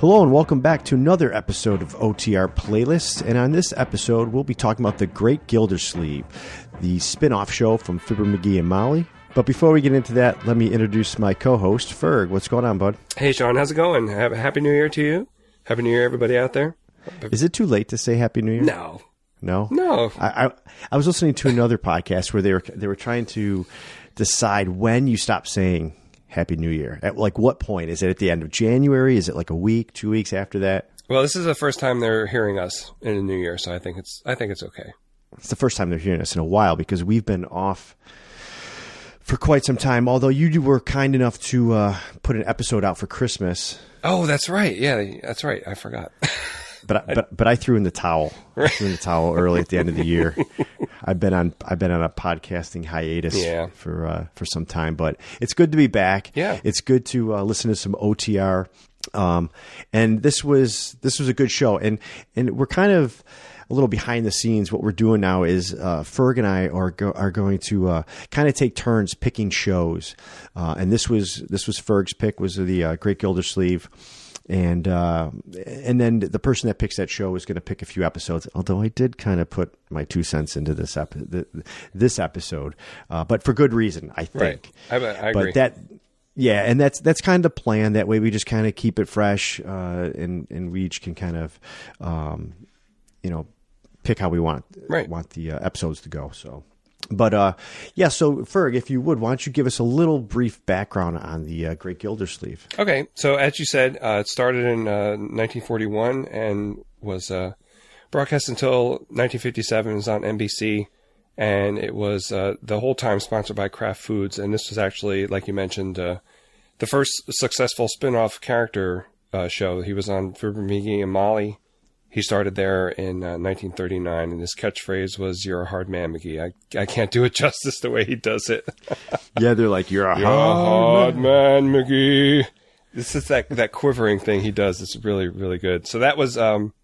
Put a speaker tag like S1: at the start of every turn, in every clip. S1: Hello, and welcome back to another episode of OTR Playlist. And on this episode, we'll be talking about The Great Gildersleeve, the spin off show from Fibber McGee and Molly. But before we get into that, let me introduce my co host, Ferg. What's going on, bud?
S2: Hey, Sean, how's it going? Have a happy New Year to you. Happy New Year, everybody out there.
S1: Is it too late to say Happy New Year?
S2: No,
S1: No?
S2: no.
S1: I, I, I was listening to another podcast where they were, they were trying to decide when you stop saying Happy New Year. At like what point? Is it at the end of January? Is it like a week, two weeks after that?
S2: Well, this is the first time they're hearing us in the New Year, so I think it's I think it's okay.
S1: it's the first time they're hearing us in a while because we've been off for quite some time. Although you were kind enough to uh, put an episode out for Christmas,
S2: Oh, that's right. Yeah, that's right. I forgot.
S1: but I, but but I threw in the towel. I threw in the towel early at the end of the year. I've been on I've been on a podcasting hiatus
S2: Yeah.
S1: for uh, for some time, but it's good to be back.
S2: Yeah.
S1: it's good to uh, listen to some OTR. Um, and this was this was a good show, and and we're kind of a little behind the scenes. What we're doing now is uh, Ferg and I are go- are going to uh, kind of take turns picking shows, uh, and this was this was Ferg's pick was the uh, Great Gildersleeve and uh, and then the person that picks that show is going to pick a few episodes. Although I did kind of put my two cents into this ep- th- this episode, uh, but for good reason, I think.
S2: Right. I, I agree.
S1: But that, yeah, and that's that's kind of the plan. That way, we just kind of keep it fresh, uh, and and we each can kind of, um, you know, pick how we want
S2: Right.
S1: want the uh, episodes to go. So, but uh, yeah. So Ferg, if you would, why don't you give us a little brief background on the uh, Great Gildersleeve?
S2: Okay, so as you said, uh, it started in uh, 1941 and was uh, broadcast until 1957. It was on NBC, and it was uh, the whole time sponsored by Kraft Foods. And this was actually, like you mentioned, uh, the first successful spin-off character uh, show. He was on Fibramigi and Molly. He started there in uh, 1939, and his catchphrase was "You're a hard man, McGee." I I can't do it justice the way he does it.
S1: Yeah, they're like you're a
S2: You're a hard man, McGee. This is that, that quivering thing he does. It's really, really good. So that was um,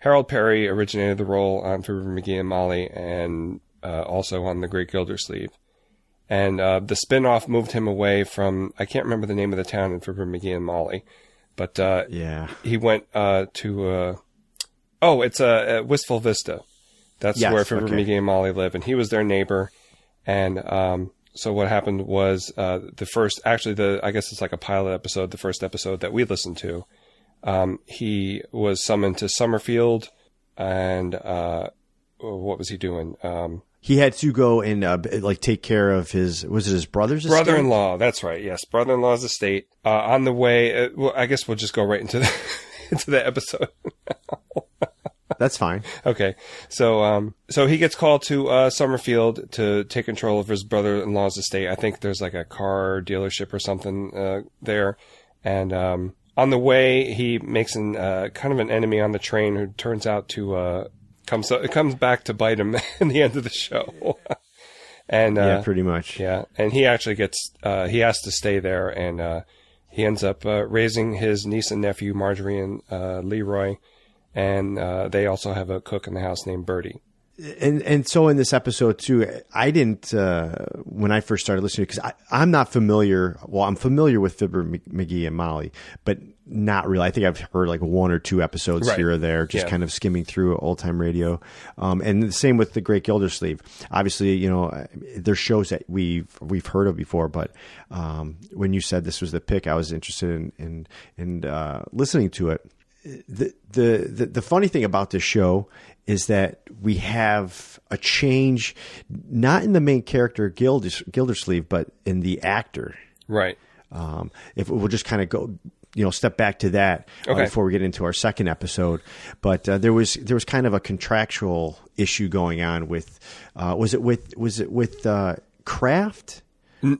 S2: Harold Perry originated the role on Fibber McGee and Molly and uh, also on The Great Gildersleeve. And uh, the spin-off moved him away from, I can't remember the name of the town in Fibber McGee and Molly, but uh,
S1: Yeah.
S2: he went uh, to, uh, oh, it's uh, uh, Wistful Vista. That's
S1: Yes,
S2: where Fibber
S1: okay.
S2: McGee and Molly live, and he was their neighbor. And um, so what happened was uh, the first, actually, the I guess it's like a pilot episode, the first episode that we listened to. Um, he was summoned to Summerfield, and uh, what was he doing? Um,
S1: He had to go and uh, b- like take care of his was it his brother's estate?
S2: brother-in-law. That's right. Yes, brother-in-law's estate. Uh, on the way, uh, well, I guess we'll just go right into the into the episode.
S1: That's fine.
S2: Okay, so um, so he gets called to uh, Summerfield to take control of his brother-in-law's estate. I think there's like a car dealership or something uh, there, and um, on the way he makes an uh, kind of an enemy on the train who turns out to uh, comes comes back to bite him in the end of the show, and uh,
S1: yeah, pretty much.
S2: yeah, and he actually gets uh, he has to stay there, and uh, he ends up uh, raising his niece and nephew Marjorie and uh, Leroy, and uh, they also have a cook in the house named Bertie.
S1: And and so in this episode too, I didn't uh, when I first started listening because I'm not familiar. Well, I'm familiar with Fibber M- McGee and Molly, but not really. I think I've heard like one or two episodes
S2: Right.
S1: here or there, just
S2: Yeah.
S1: kind of skimming through old time radio. Um, and the same with the Great Gildersleeve. Obviously, you know, there's shows that we've we've heard of before, but um, when you said this was the pick, I was interested in in, in uh, listening to it the, the the the funny thing about this show is that we have a change, not in the main character Gilders, Gildersleeve, but in the actor.
S2: Right.
S1: Um, if we'll just kind of go, you know, step back to that uh,
S2: Okay.
S1: before we get into our second episode. But uh, there was there was kind of a contractual issue going on with uh, was it with was it with uh, Kraft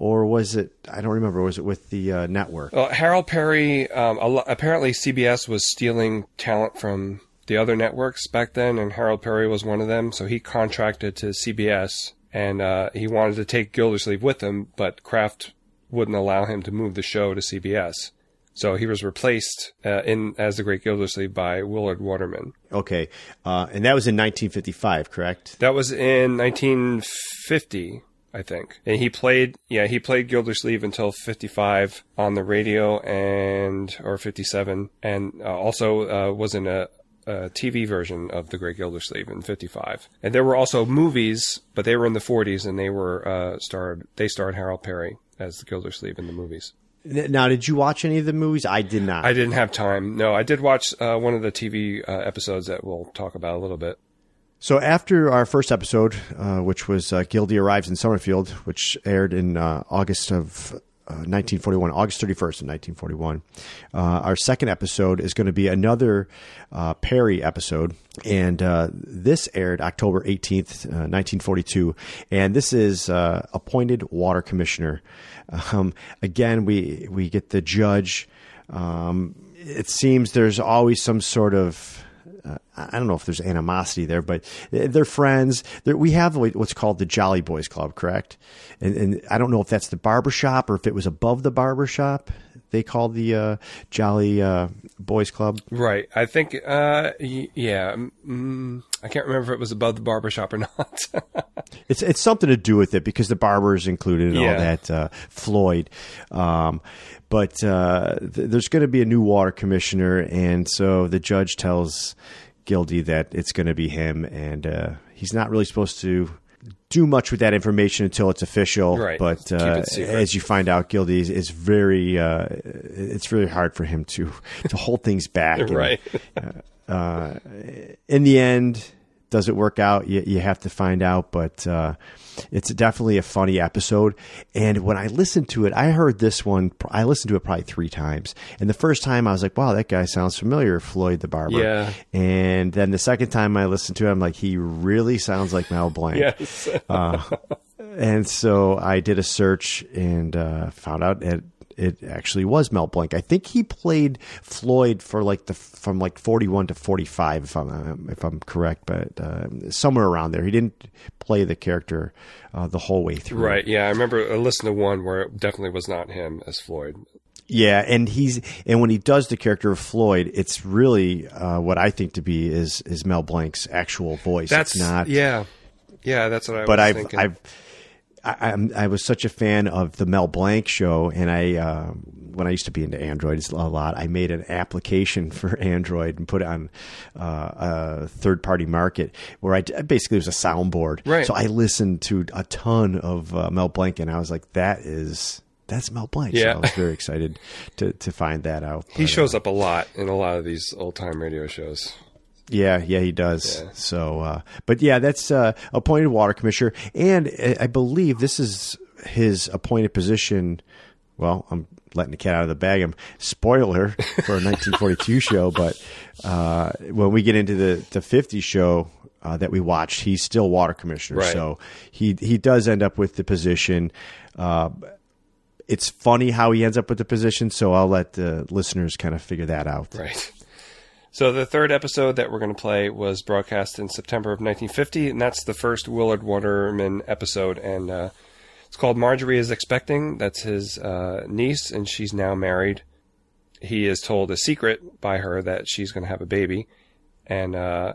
S1: or was it I don't remember was it with the uh, network?
S2: Well, Harold Perry. Um, a lo- apparently, CBS was stealing talent from the other networks back then, and Harold Perry was one of them. So he contracted to CBS, and uh, he wanted to take Gildersleeve with him, but Kraft wouldn't allow him to move the show to CBS. So he was replaced uh, in as the Great Gildersleeve by Willard Waterman.
S1: Okay, uh, and that was in 1955, correct?
S2: That was in 1950. I think. And he played, yeah, he played Gildersleeve until 55 on the radio and, or 57, and uh, also uh, was in a, a TV version of The Great Gildersleeve in 55. And there were also movies, but they were in the 40s and they were uh, starred, they starred Harold Perry as the Gildersleeve in the movies.
S1: N- Now, did you watch any of the movies? I did not.
S2: I didn't have time. No, I did watch uh, one of the TV uh, episodes that we'll talk about a little bit.
S1: So after our first episode, uh, which was uh, Gildy arrives in Summerfield, which aired in uh, August of uh, 1941, August 31st of 1941, uh, our second episode is going to be another uh, Perry episode, and uh, this aired October 18th, uh, 1942, and this is uh, appointed water commissioner. Um, again, we we get the judge. Um, it seems there's always some sort of uh, I don't know if there's animosity there, but uh, they're friends. They're, we have what's called the Jolly Boys Club, correct? And, and I don't know if that's the barber shop or if it was above the barber shop. They called the uh, Jolly uh, Boys Club.
S2: Right. I think, uh, y- yeah, mm, I can't remember if it was above the barber shop or not.
S1: It's it's something to do with it because the barber's included and all
S2: Yeah.
S1: that uh, Floyd. Um, but uh, th- there's going to be a new water commissioner, and so the judge tells Gildy that it's going to be him, and uh, he's not really supposed to do much with that information until it's official.
S2: Right.
S1: But
S2: Keep
S1: uh,
S2: it secret.
S1: as you find out, Gildy is, is very uh, it's really hard for him to to hold things back. and-
S2: right.
S1: Uh, in the end, does it work out? You, you have to find out, but uh, it's definitely a funny episode. And when I listened to it, I heard this one. I listened to it probably three times. And the first time, I was like, "Wow, that guy sounds familiar, Floyd the Barber."
S2: Yeah.
S1: And then the second time I listened to it, I'm like, "He really sounds like Mel Blanc." Uh,
S2: Yes.
S1: And so I did a search and uh, found out that it actually was Mel Blanc. I think he played Floyd for like the from like forty one to forty five, if I'm um, if I'm correct, but um somewhere around there. He didn't play the character uh, the whole way through.
S2: Right. Yeah, I remember I listened to one where it definitely was not him as Floyd.
S1: Yeah, and he's and when he does the character of Floyd, it's really uh, what I think to be is is Mel Blanc's actual voice.
S2: That's
S1: it's not.
S2: Yeah. Yeah, that's what I was
S1: but I've,
S2: thinking.
S1: I've, I, I'm, I was such a fan of the Mel Blanc show, and I, uh, when I used to be into Androids a lot, I made an application for Android and put it on uh, a third party market where I d- basically it was a soundboard.
S2: Right.
S1: So I listened to a ton of uh, Mel Blanc, and I was like, that is. That's Mel Blanc.
S2: Yeah.
S1: So I was very excited to, to find that out.
S2: he
S1: But, uh,
S2: shows up a lot in a lot of these old time radio shows.
S1: Yeah, yeah, he does. So, uh, but yeah, that's uh, appointed water commissioner, and uh, I- I believe this is his appointed position. Well, I'm letting the cat out of the bag. I'm spoiler for a 1942 show, but uh, when we get into the the 50 show uh, that we watched, he's still water commissioner.
S2: Right.
S1: So he he does end up with the position. Uh, it's funny how he ends up with the position, so I'll let the listeners kind of figure that out.
S2: Right. So the third episode that we're going to play was broadcast in September of 1950, and that's the first Willard Waterman episode, and uh, it's called "Marjorie is Expecting." That's his uh, niece, and she's now married. He is told a secret by her that she's going to have a baby, and uh,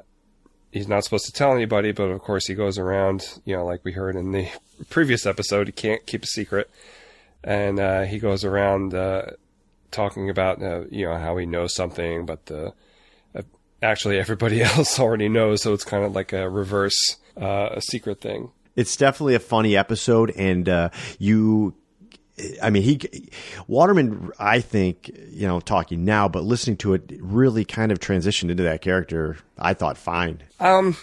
S2: he's not supposed to tell anybody. But of course, he goes around, you know, like we heard in the previous episode, he can't keep a secret, and uh, he goes around. Uh, talking about uh, you know how he knows something, but the uh, actually everybody else already knows, so it's kind of like a reverse uh, a secret thing.
S1: it's definitely a funny episode and uh, you i mean he waterman i think you know talking now but listening to it really kind of transitioned into that character i thought fine
S2: Um,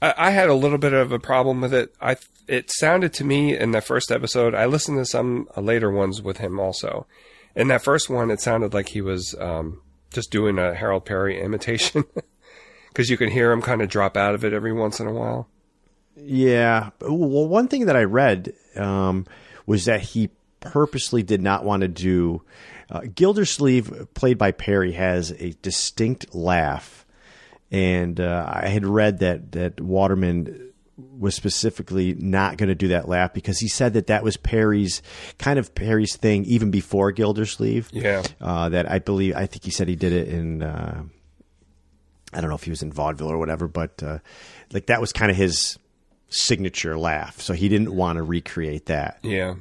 S2: I, I had a little bit of a problem with it. I it sounded to me in the first episode. I listened to some uh, later ones with him also. In that first one, it sounded like he was um, just doing a Harold Perry imitation because you can hear him kind of drop out of it every once in a while.
S1: yeah well one thing that i read um, was that he purposely did not want to do uh, gildersleeve played by perry has a distinct laugh and uh, i had read that that waterman was specifically not going to do that laugh because he said that that was Perry's kind of Perry's thing even before Gildersleeve.
S2: Yeah.
S1: Uh, that I believe, I think he said he did it in, uh, I don't know if he was in vaudeville or whatever, but uh, like that was kind of his signature laugh. So he didn't want to recreate that.
S2: Yeah.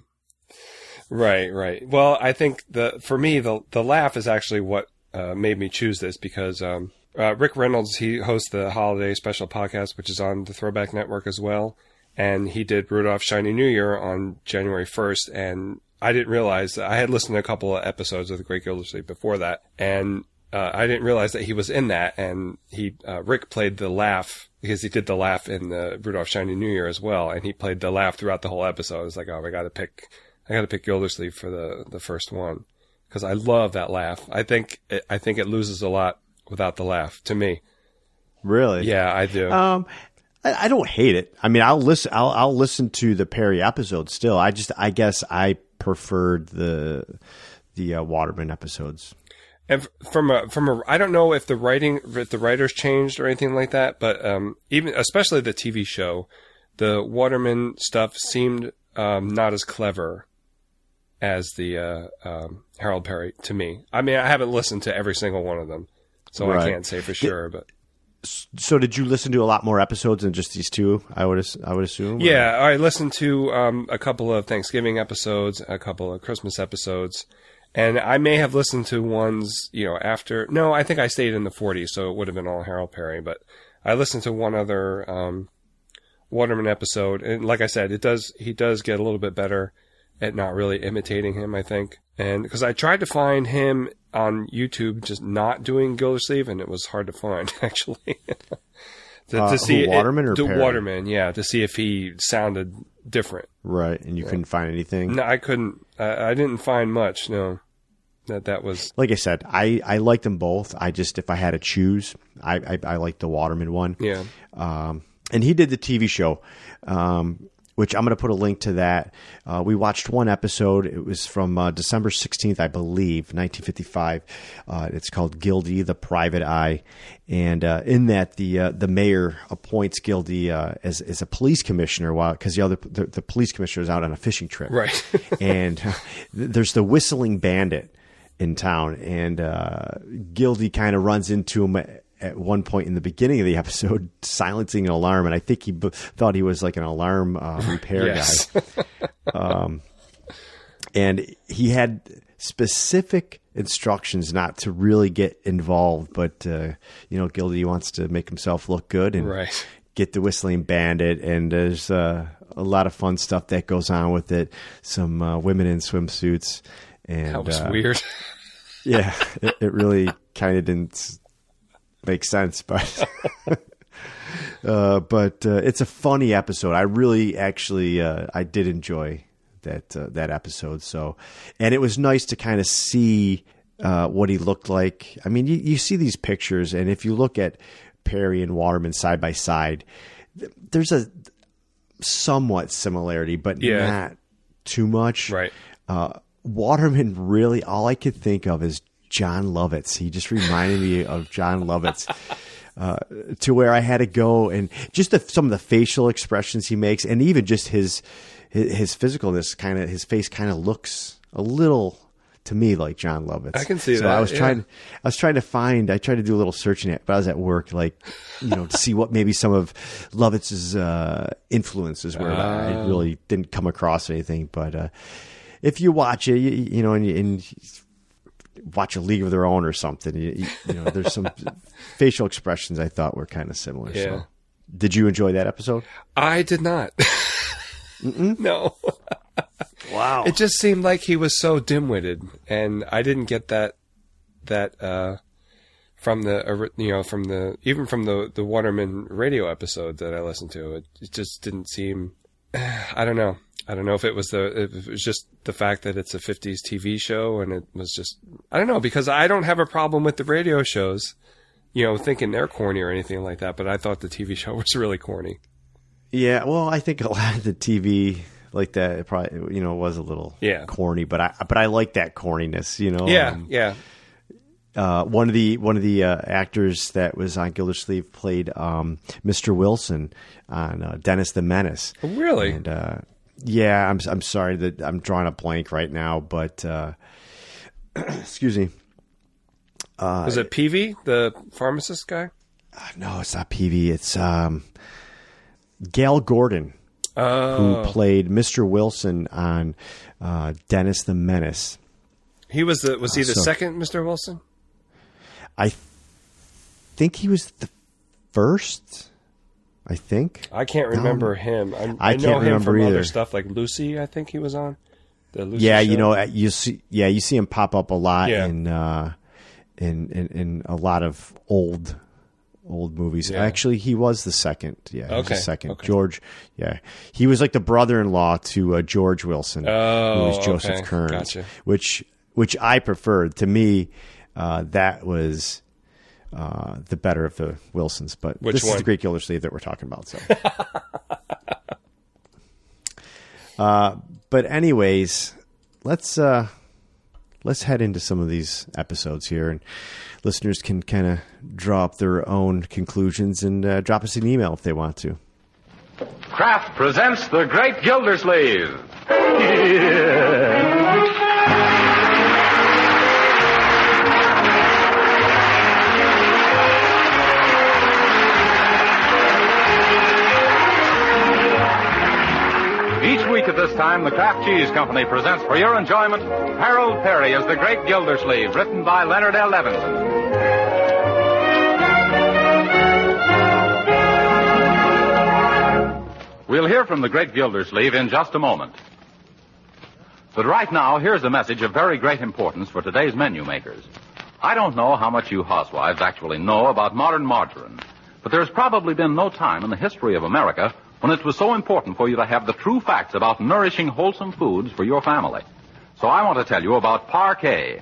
S2: Right, right. Well, I think the for me the the laugh is actually what uh, made me choose this because um, uh, Rick Reynolds he hosts the holiday special podcast, which is on the Throwback Network as well, and he did Rudolph Shiny New Year on January first, and I didn't realize I had listened to a couple of episodes of The Great Gildersleeve before that, and uh, I didn't realize that he was in that, and he uh, Rick played the laugh because he did the laugh in the Rudolph Shiny New Year as well, and he played the laugh throughout the whole episode. It's like, oh, I got to pick, I got to pick Gildersleeve for the the first one because I love that laugh. I think it, I think it loses a lot without the laugh to me.
S1: Really?
S2: Yeah, I do.
S1: Um, I, I don't hate it. I mean, I'll listen. I'll, I'll listen to the Perry episode still. I just, I guess, I preferred the the uh, Waterman episodes.
S2: And f- from a from a I don't know if the writing if the writers changed or anything like that, but um, even especially the TV show, the Waterman stuff seemed um, not as clever as the uh, um, Harold Perry to me. I mean, I haven't listened to every single one of them, so
S1: Right.
S2: I can't say for sure. But
S1: So, did you listen to a lot more episodes than just these two? I would, ass- I would assume. or-
S2: yeah, I listened to um, a couple of Thanksgiving episodes, a couple of Christmas episodes, and I may have listened to ones you know after. No, I think I stayed in the 40s, so it would have been all Harold Perry. But I listened to one other um, Waterman episode, and like I said, it does he does get a little bit better at not really imitating him, I think. And because I tried to find him on YouTube, just not doing Gildersleeve, and it was hard to find actually. to,
S1: Uh, who, Waterman or
S2: to
S1: Perry?
S2: Waterman, yeah, to see if he sounded different.
S1: Right, and you couldn't find anything.
S2: No, I couldn't. I, I didn't find much. No, that that was
S1: Like I said, I I liked them both. I just if I had to choose, I I, I liked the Waterman one.
S2: yeah.
S1: um, and he did the TV show, um, which I'm going to put a link to that. Uh, we watched one episode. It was from uh, December 16th, I believe, 1955. Uh, it's called Gildy, the Private Eye, and uh, in that the uh, the mayor appoints Gildy uh, as as a police commissioner, while because the other the, the police commissioner is out on a fishing trip,
S2: Right.
S1: and there's the whistling bandit in town, and uh, Gildy kind of runs into him at one point in the beginning of the episode, silencing an alarm, and I think he b- thought he was like an alarm uh, repair guy
S2: Yes.
S1: Um, and he had specific instructions not to really get involved but uh, you know gildy wants to make himself look good and
S2: Right.
S1: get the whistling bandit and there's uh, a lot of fun stuff that goes on with it some uh, women in swimsuits and
S2: That was
S1: uh,
S2: weird.
S1: yeah it, it really kind of didn't s- make sense but uh, but uh, it's a funny episode i really actually uh, i did enjoy that uh, that episode so and it was nice to kind of see uh, what he looked like i mean you, you see these pictures and if you look at perry and waterman side by side th- there's a somewhat similarity but
S2: Yeah.
S1: not too much
S2: Right.
S1: uh, Waterman really all I could think of is John Lovitz. He just reminded me of John Lovitz. Uh, to where I had to go, and just the, some of the facial expressions he makes, and even just his his, his physicalness, kind of his face kind of looks a little to me like John Lovitz.
S2: I can see
S1: so
S2: that,
S1: I was
S2: yeah.
S1: trying, I was trying to find, I tried to do a little searching it, but I was at work, like you know, to see what maybe some of Lovitz's uh, influences were. but
S2: Ah.
S1: I really didn't come across anything, but uh, if you watch it, you, you know, and, you- and you watch a League of Their Own or something, you, you- you know, there's some facial expressions I thought were kind of similar.
S2: Yeah. Uh,
S1: So, did you enjoy that episode?
S2: I did not. No,
S1: Wow.
S2: it just seemed like he was so dim-witted, and I didn't get that that uh, from the ori- you know from the even from the the Waterman radio episode that I listened to. It, it just didn't seem. I don't know. I don't know if it was the if it was just the fact that it's a '50s TV show, and it was just I don't know because I don't have a problem with the radio shows. You know, thinking they're corny or anything like that, but I thought the TV show was really corny.
S1: Yeah, well, I think a lot of the TV like that it probably you know was a little
S2: Yeah.
S1: corny, but I but I like that corniness, you know.
S2: Yeah,
S1: Um,
S2: yeah.
S1: uh, one of the one of the uh, actors that was on Gildersleeve played um, Mr. Wilson on uh, Dennis the Menace.
S2: Oh, Really?
S1: And uh, yeah, I'm I'm sorry that I'm drawing a blank right now, but uh, excuse me. Uh,
S2: was it Peavy, the pharmacist guy?
S1: No, it's not PV. It's um, Gail Gordon,
S2: Oh,
S1: who played Mr. Wilson on uh, Dennis the Menace.
S2: he was the was he the
S1: Uh, so-
S2: second Mr. Wilson?
S1: I th- think he was the first. I think.
S2: I can't remember him. I, I,
S1: I
S2: know
S1: can't
S2: him
S1: remember
S2: from other
S1: either.
S2: stuff like Lucy. I think he was on. The Lucy
S1: yeah,
S2: show.
S1: you know, you see, yeah, you see him pop up a lot
S2: Yeah.
S1: in, uh, in in in a lot of old old movies.
S2: Yeah.
S1: Actually, he was the second. Yeah, he was the
S2: Okay,
S1: second
S2: okay.
S1: George. Yeah, he was like the brother-in-law to uh, George Wilson,
S2: Oh,
S1: who was Joseph
S2: okay.
S1: Kearns,
S2: Gotcha.
S1: which which I preferred. To me, uh, that was. Uh, the better of the Wilsons, but
S2: Which
S1: this is
S2: one?
S1: the Greek Gilder Sleeve that we're talking about. So, Uh, but anyways, let's uh let's head into some of these episodes here and listeners can kind of draw up their own conclusions and uh, drop us an email if they want to.
S3: Kraft presents The Great Gildersleeve. Each week at this time, the Kraft Cheese Company presents for your enjoyment Harold Perry as The Great Gildersleeve, written by Leonard L. Levinson. We'll hear from the great Gildersleeve in just a moment. But right now, here's a message of very great importance for today's menu makers. I don't know how much you housewives actually know about modern margarine, but there's probably been no time in the history of America when it was so important for you to have the true facts about nourishing wholesome foods for your family. So I want to tell you about Parquet.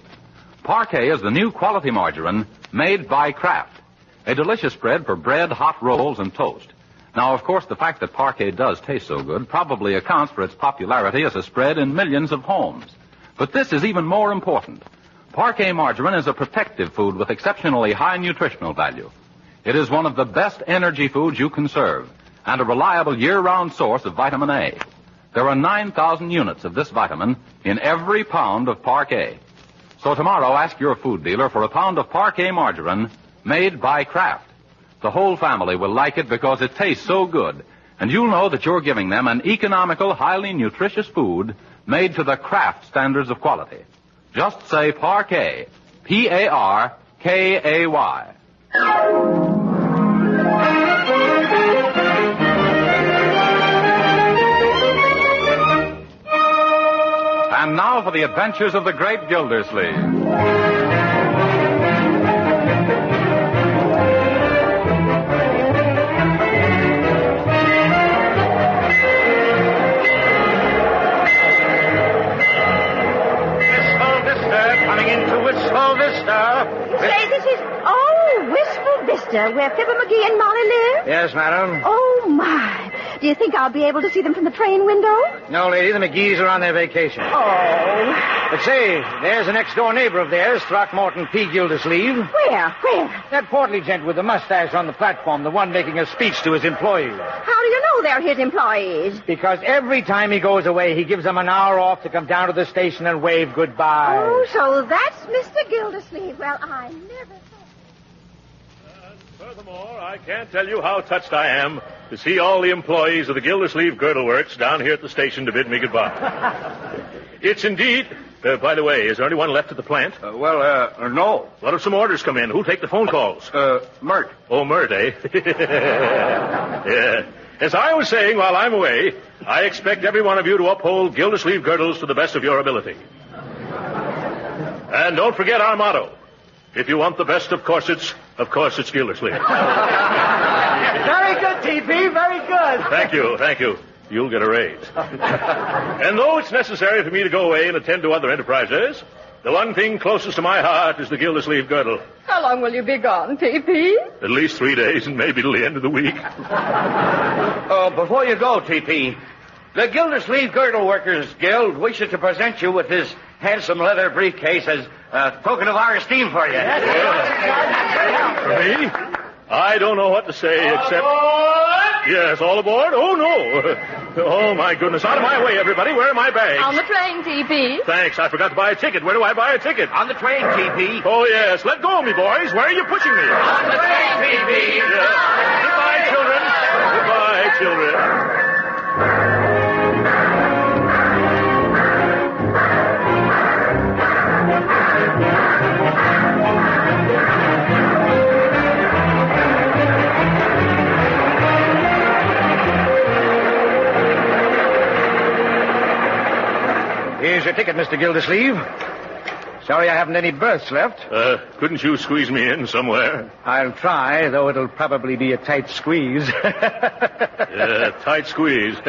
S3: Parquet is the new quality margarine made by Kraft, a delicious spread for bread, hot rolls, and toast. Now, of course, the fact that parquet does taste so good probably accounts for its popularity as a spread in millions of homes. But this is even more important. Parquet margarine is a protective food with exceptionally high nutritional value. It is one of the best energy foods you can serve and a reliable year-round source of vitamin A. There are 9,000 units of this vitamin in every pound of parquet. So tomorrow, ask your food dealer for a pound of parquet margarine made by Kraft. The whole family will like it because it tastes so good, and you'll know that you're giving them an economical, highly nutritious food made to the Kraft standards of quality. Just say parquet. P-A-R-K-A-Y. And now for the adventures of the great Gildersleeve.
S4: Wistful Vista coming into Wistful Vista.
S5: Say, this is. Oh, Wistful Vista, where Fibber McGee and Molly live?
S4: Yes, madam.
S5: Oh, my. Do you think I'll be able to see them from the train window?
S4: No, lady, the McGees are on their vacation.
S5: Oh.
S4: But say, there's a next door neighbor of theirs, Throckmorton P. Gildersleeve.
S5: Where? Where?
S4: That portly gent with the mustache on the platform, the one making a speech to his employees.
S5: How do you know they're his employees?
S4: Because every time he goes away, he gives them an hour off to come down to the station and wave goodbye.
S5: Oh, so that's Mr. Gildersleeve. Well, I never thought.
S6: Furthermore, I can't tell you how touched I am to see all the employees of the Gildersleeve Girdle Works down here at the station to bid me goodbye. it's indeed. Uh, by the way, is there anyone left at the plant?
S3: Uh, well, uh, uh, no.
S6: What if some orders come in? Who'll take the phone calls?
S3: Uh, Mert.
S6: Oh, Mert, eh? yeah. As I was saying while I'm away, I expect every one of you to uphold Gildersleeve girdles to the best of your ability. And don't forget our motto. If you want the best of corsets, of course it's Gildersleeve.
S4: Very good, T.P., very good.
S6: Thank you, thank you. You'll get a raise. and though it's necessary for me to go away and attend to other enterprises, the one thing closest to my heart is the Gildersleeve girdle.
S5: How long will you be gone, P.P.?
S6: At least three days and maybe till the end of the week.
S4: Uh, before you go, T.P., the Gildersleeve Girdle Workers Guild wishes to present you with this handsome leather briefcase as a token of our esteem for you.
S6: Me? I don't know what to say except. Yes, all aboard? Oh, no. Oh, my goodness. Out of my way, everybody. Where are my bags?
S5: the train, T.P.
S6: Thanks. I forgot to buy a ticket. Where do I buy a ticket?
S4: On the train, T.P.
S6: Oh, yes. Let go of me, boys. Where are you pushing me?
S4: On the train, T.P.
S6: Yes. Goodbye, children. Goodbye, children.
S4: Here's your ticket, Mr. Gildersleeve. Sorry I haven't any berths left.
S6: Uh, couldn't you squeeze me in somewhere?
S4: I'll try, though it'll probably be a tight squeeze. Uh,
S6: Yeah, tight squeeze.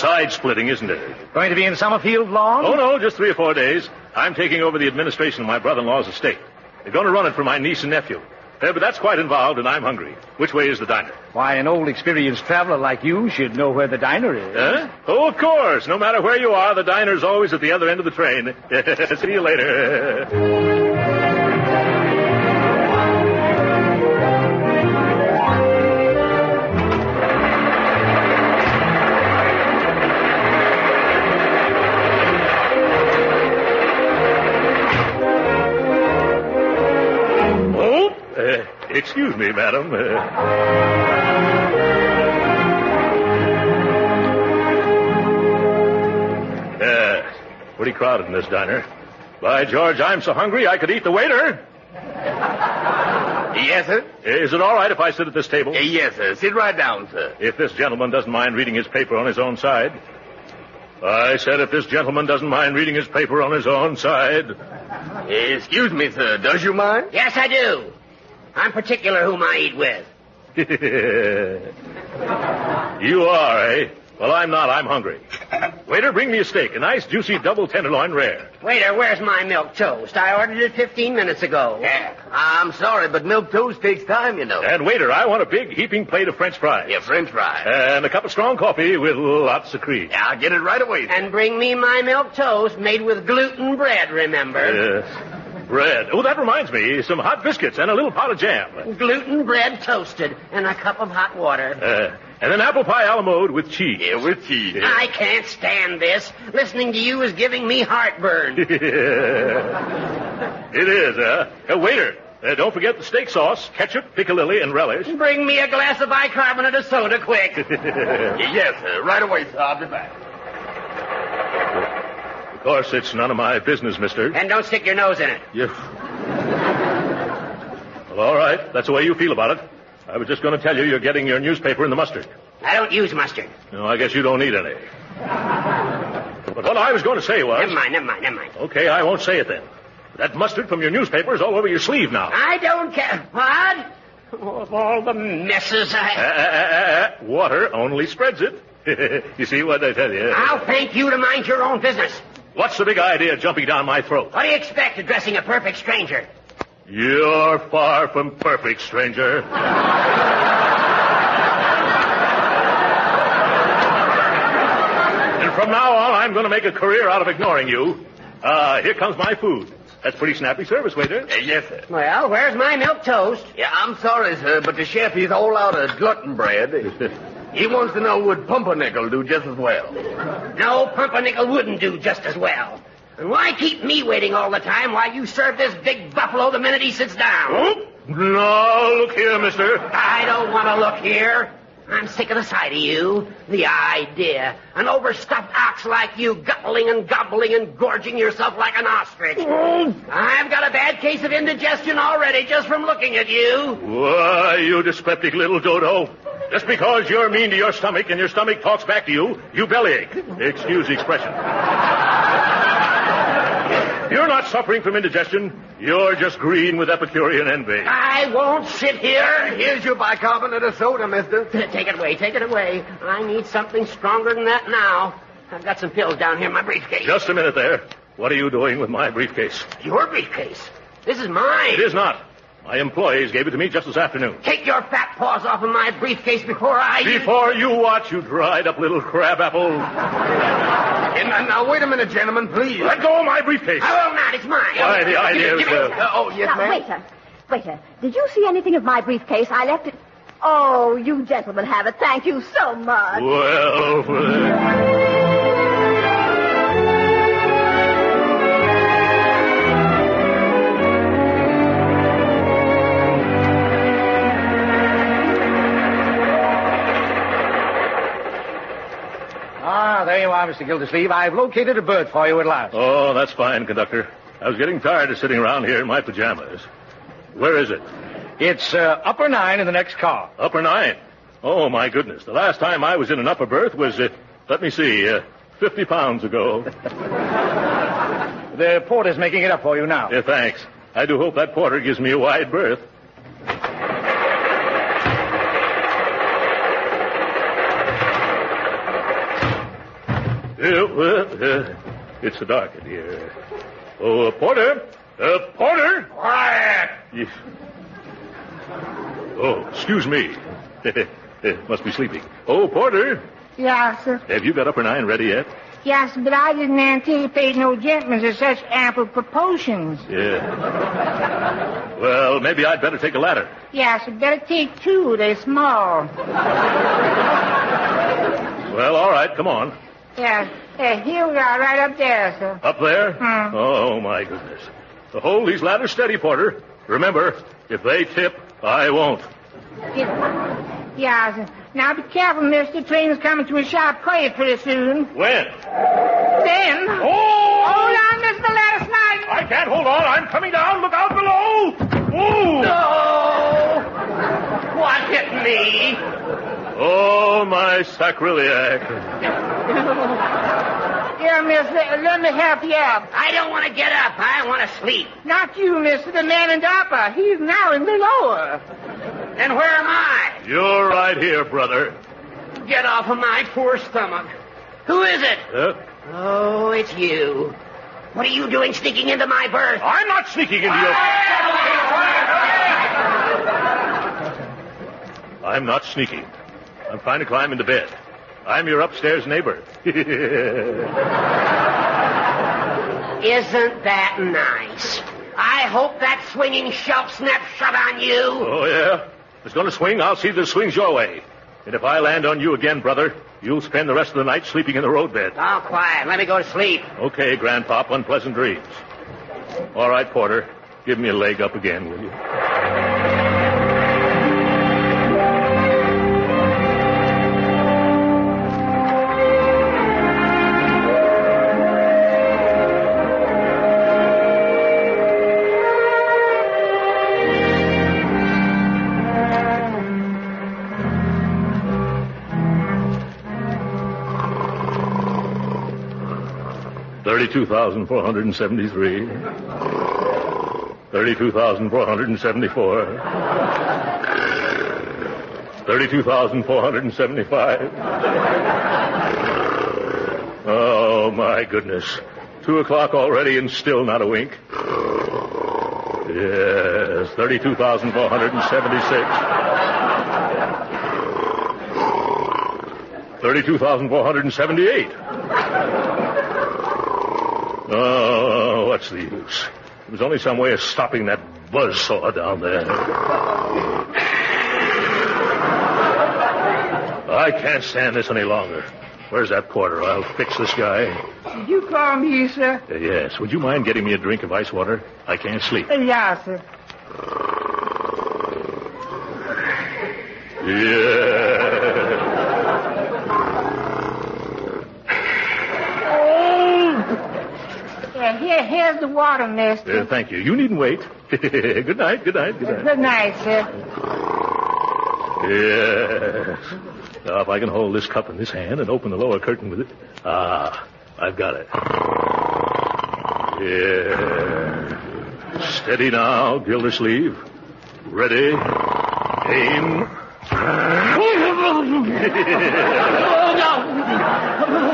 S6: Side splitting, isn't it?
S4: Going to be in Summerfield long?
S6: Oh, no, just three or four days. I'm taking over the administration of my brother in law's estate. They're going to run it for my niece and nephew. Uh, but that's quite involved, and I'm hungry. Which way is the diner?
S4: Why, an old experienced traveler like you should know where the diner is.
S6: Huh? Oh, of course. No matter where you are, the diner's always at the other end of the train. See you later. Oh, uh, excuse me, madam. Uh, uh, pretty crowded in this diner. By George, I'm so hungry I could eat the waiter.
S7: Yes, sir.
S6: Is it all right if I sit at this table?
S7: Uh, Yes, sir. Sit right down, sir.
S6: If this gentleman doesn't mind reading his paper on his own side. I said if this gentleman doesn't mind reading his paper on his own side.
S7: Excuse me, sir. Does you mind?
S8: Yes, I do. I'm particular whom I eat with.
S6: you are, eh? Well, I'm not. I'm hungry. Waiter, bring me a steak, a nice, juicy double tenderloin rare.
S8: Waiter, where's my milk toast? I ordered it 15 minutes ago.
S7: Yeah. I'm sorry, but milk toast takes time, you know.
S6: And, waiter, I want a big, heaping plate of French fries.
S7: Yeah, french fries.
S6: And a cup of strong coffee with lots of cream.
S7: Yeah, I'll get it right away. sir.
S8: And bring me my milk toast made with gluten bread, remember?
S6: Yes. Bread. Oh, that reminds me. Some hot biscuits and a little pot of jam.
S8: Gluten bread toasted and a cup of hot water.
S6: Uh, and an apple pie a la mode with cheese.
S7: Yeah, with cheese.
S8: I can't stand this. Listening to you is giving me heartburn.
S6: it is, huh? Uh, waiter, uh, don't forget the steak sauce, ketchup, piccalilli, and relish.
S8: Bring me a glass of bicarbonate of soda, quick.
S7: Yeah, Yes, sir. Uh, Right away, sir. I'll be back.
S6: Of course, it's none of my business, mister.
S8: and don't stick your nose in it.
S6: Well, all right. That's the way you feel about it. I was just going to tell you you're getting your newspaper in the mustard.
S8: I don't use mustard.
S6: No, I guess you don't need any. But what I was going to say was...
S8: Never mind, never mind, never mind.
S6: Okay, I won't say it then. That mustard from your newspaper is all over your sleeve now.
S8: I don't care. What? Of all the messes I.
S6: Uh, uh, uh, uh, water only spreads it. you see what I tell you?
S8: I'll thank you to mind your own business.
S6: What's the big idea jumping down my throat?
S8: What do you expect addressing a perfect stranger?
S6: You're far from perfect, stranger. and from now on, I'm going to make a career out of ignoring you. Uh, here comes my food. That's pretty snappy service, waiter.
S8: Uh,
S7: Yeah, yes, sir.
S8: Well, where's my milk toast?
S7: Yeah, I'm sorry, sir, but the chef, he's all out of glutton bread. he wants to know would pumpernickel do just as well.
S8: No, pumpernickel wouldn't do just as well. And why keep me waiting all the time while you serve this big buffalo the minute he sits down?
S6: Oh, no, look here, mister.
S8: I don't want to look here. I'm sick of the sight of you. The idea. An overstuffed ox like you guttling and gobbling and gorging yourself like an ostrich.
S6: Oh.
S8: I've got a bad case of indigestion already just from looking at you.
S6: Why, you dyspeptic little dodo. Just because you're mean to your stomach and your stomach talks back to you, you bellyache. Excuse the expression. You're not suffering from indigestion. You're just green with Epicurean envy.
S8: I won't sit here.
S7: Here's your bicarbonate of soda, mister.
S8: Take it away, take it away. I need something stronger than that now. I've got some pills down here in my briefcase.
S6: Just a minute there. What are you doing with my briefcase?
S8: Your briefcase. This is mine.
S6: It is not. My employees gave it to me just this afternoon.
S8: Take your fat paws off of my briefcase before I.
S6: Before you watch, you dried up little crabapple.
S7: And now, now, wait a minute, gentlemen, please.
S6: Let go of my briefcase.
S8: I will not. It's mine.
S6: Why, the idea is,
S8: Give me- give me-
S6: uh,
S7: Uh, oh, yes,
S9: Now,
S7: ma'am.
S9: waiter, waiter, did you see anything of my briefcase? I left it. Oh, you gentlemen have it. Thank you so much.
S6: Well, uh,
S4: Ah, there you are, Mr. Gildersleeve. I've located a berth for you at last.
S6: oh, that's fine, conductor. I was getting tired of sitting around here in my pajamas. Where is it?
S4: It's uh, upper nine in the next car.
S6: Upper nine. Oh my goodness! The last time I was in an upper berth was, uh, let me see, uh, 50 pounds ago.
S4: The porter's making it up for you now.
S6: Yeah, thanks. I do hope that porter gives me a wide berth. Yeah, well, uh, it's a docket here. Oh, a porter! A porter!
S7: Quiet!
S6: Yes. Oh, excuse me. Eh, Must be sleeping. Oh, porter,
S10: Yes, sir.
S6: have you got upper nine ready yet?
S10: Yes, but I didn't anticipate no gentleman of such ample proportions.
S6: Yeah. Well, maybe I'd better take a ladder.
S10: Yes, better take two. They're small.
S6: Well, all right, come on.
S10: Yes. Hey, here we are, right up there, sir.
S6: Up there?
S10: Hmm.
S6: Oh, my goodness. Hold these ladders steady, Porter. Remember, if they tip, I won't.
S10: Yes. Yes, sir. Now be careful, mister. Train's coming to a sharp curve pretty soon.
S6: When?
S10: Then. Hold on, mister. Let us slide.
S6: Oh! I can't hold on. I'm coming down. Look out below. Whoa!
S8: No! What hit me?
S6: Oh, my sacrilege.
S10: Here, mister. Let me help you up.
S8: I don't want to get up. I want to sleep.
S10: Not you, mister. The man in the upper. He's now in the lower.
S8: And where am I?
S6: You're right here, brother.
S8: Get off of my poor stomach. Who is it?
S7: Uh?
S6: Huh?
S8: Oh, it's you. What are you doing sneaking into my berth?
S6: I'm not sneaking into your... I'm not sneaking. I'm trying to climb into bed. I'm your upstairs neighbor.
S8: Isn't that nice? I hope that swinging shelf snaps shut on you.
S6: Oh, yeah? If it's going to swing, I'll see that it swings your way. And if I land on you again, brother, you'll spend the rest of the night sleeping in the roadbed.
S8: All quiet. Let me go to sleep.
S6: Okay, Grandpop, unpleasant dreams. All right, Porter, give me a leg up again, will you? Thirty-two thousand four hundred and seventy-three. Thirty-two thousand four hundred and seventy-four. Thirty-two thousand four hundred and seventy-five. Oh my goodness! Two o'clock already, and still not a wink. Yes, thirty-two thousand four hundred and seventy-six. Thirty-two thousand four hundred and seventy-eight. Oh, what's the use? There was only some way of stopping that buzzsaw down there. I can't stand this any longer. Where's that porter? I'll fix this guy.
S10: Did you call me, sir?
S6: Uh, Yes. Would you mind getting me a drink of ice water? I can't sleep.
S10: Yes, sir.
S6: Yeah.
S10: Yeah, Oh! here, here's the water, mister.
S6: Uh, thank you. You needn't wait. good night. Good night. Good night.
S10: Good night, sir.
S6: Yes. Now, if I can hold this cup in this hand and open the lower curtain with it. Ah, I've got it. Yeah. Steady now, Gildersleeve. Ready. Aim.
S8: Oh, no!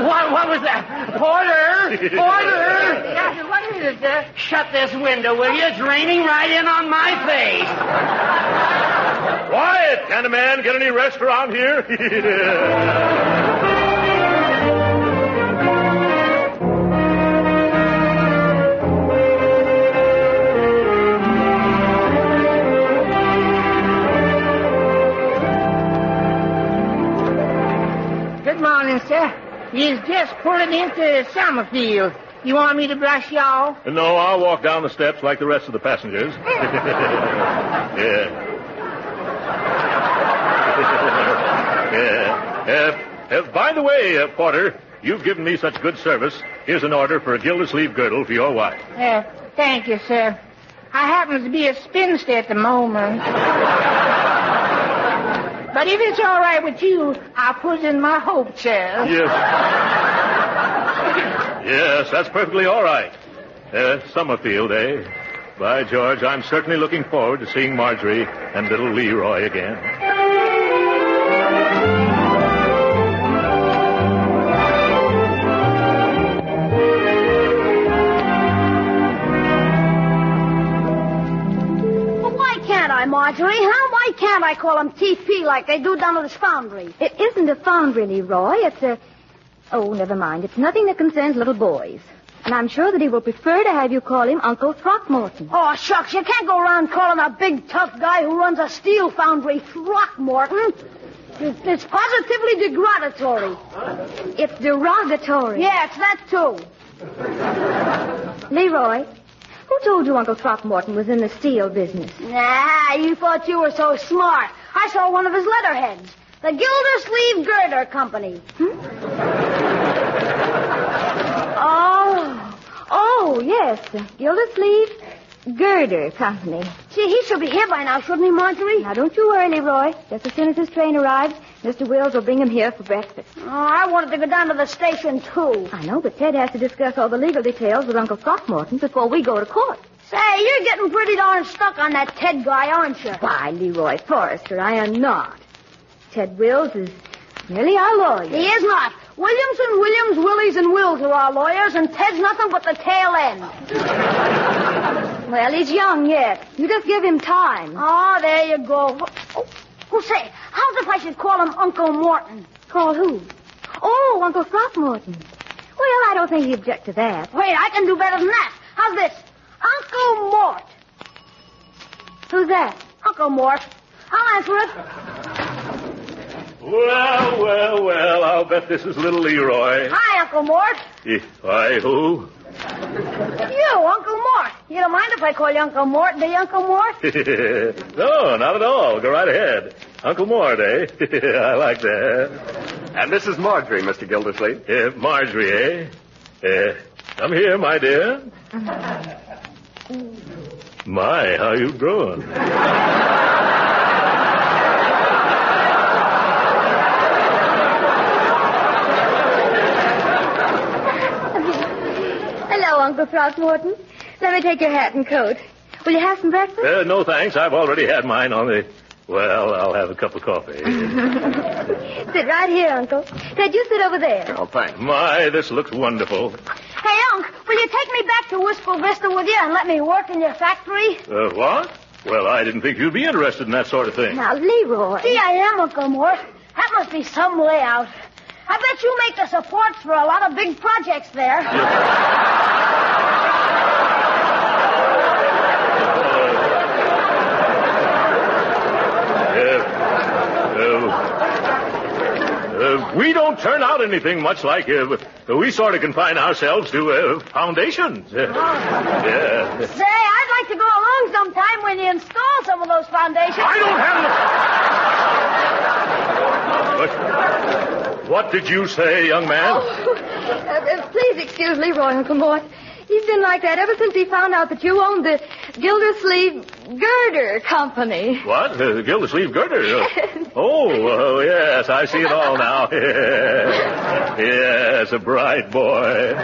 S8: What, what was that? Porter! Porter!
S10: Yes, sir, what is it, sir?
S8: Shut this window, will you? It's raining right in on my face.
S6: Quiet! Can a man get any rest around here?
S10: Good morning, sir. He's just pulling into Summerfield. You want me to brush you off?
S6: no, I'll walk down the steps like the rest of the passengers. yeah. yeah. Uh, uh, by the way, uh, Porter, you've given me such good service. Here's an order for a Gildersleeve girdle for your wife.
S10: Uh, thank you, sir. I happen to be a spinster at the moment. but if it's all right with you, I'll put in my hope, sir.
S6: Yes. Yes, that's perfectly all right. Uh, Summerfield, eh? By George, I'm certainly looking forward to seeing Marjorie and little Leroy again.
S9: Well, why can't I, Marjorie? Huh? Why can't I call them TP like they do down at this foundry?
S5: It isn't a foundry, Leroy. It's a. Oh, never mind. It's nothing that concerns little boys. And I'm sure that he will prefer to have you call him Uncle Throckmorton.
S9: Oh, shucks, you can't go around calling a big, tough guy who runs a steel foundry Throckmorton. It's, it's positively degradatory.
S5: It's derogatory.
S9: Yeah, it's that, too.
S5: Leroy, who told you Uncle Throckmorton was in the steel business?
S9: Nah, you thought you were so smart. I saw one of his letterheads. The Gildersleeve Girder Company.
S5: Oh. Oh, yes. Gildersleeve Girder Company.
S9: Gee, he should be here by now, shouldn't he, Marjorie?
S5: Now, don't you worry, Leroy. Just as soon as his train arrives, Mr. Wills will bring him here for breakfast.
S9: Oh, I wanted to go down to the station, too.
S5: I know, but Ted has to discuss all the legal details with Uncle Throckmorton before we go to court.
S9: Say, you're getting pretty darn stuck on that Ted guy, aren't you?
S5: Why, Leroy Forrester, I am not. Ted Wills is merely our lawyer.
S9: He is not. Williams and Williams, Willies and Wills are our lawyers, and Ted's nothing but the tail end.
S5: Well, he's young yet. You just give him time.
S9: Oh, there you go. Oh, oh, say, how's if I should call him Uncle Morton?
S5: Call who? Oh, Uncle Throckmorton. Well, I don't think he object to that.
S9: Wait, I can do better than that. How's this? Uncle Mort.
S5: Who's that?
S9: Uncle Mort. I'll answer it.
S6: Well, well, well, I'll bet this is little Leroy.
S9: Hi, Uncle Mort.
S6: Eh, I who?
S9: You, Uncle Mort. You don't mind if I call you Uncle Mort, do you, Uncle Mort?
S6: no, not at all. Go right ahead. Uncle Mort, eh? I like that.
S7: And this is Marjorie, Mr. Gildersleeve.
S6: Eh, Marjorie, eh? Eh, come here, my dear. My, how you growing?
S5: Hello, Uncle Throckmorton. Let me take your hat and coat. Will you have some breakfast?
S6: Eh, no thanks. I've already had mine on the. Well, I'll have a cup of coffee.
S5: Sit right here, Uncle. Ted, you sit over there.
S7: Oh, thanks.
S6: My, this looks wonderful.
S9: Hey, Unc, will you take me back to Wistful Vista with you and let me work in your factory?
S6: Uh, what? Well, I didn't think you'd be interested in that sort of thing.
S5: Now, Leroy.
S9: See, I am, Uncle Mort. That must be some layout. I bet you make the supports for a lot of big projects there.
S6: Uh, we don't turn out anything much like uh, we sort of confine ourselves to uh, foundations. Uh, yeah.
S9: Say, I'd like to go along sometime when you install some of those foundations.
S6: I don't have. What, what did you say, young man?
S5: Uh, uh, please excuse Leroy, Uncle Mort. He's been like that ever since he found out that you owned the Gildersleeve Girder Company.
S6: What? Uh, Gildersleeve Girder? Uh, oh, uh, yes, I see it all now. yes, a bright boy.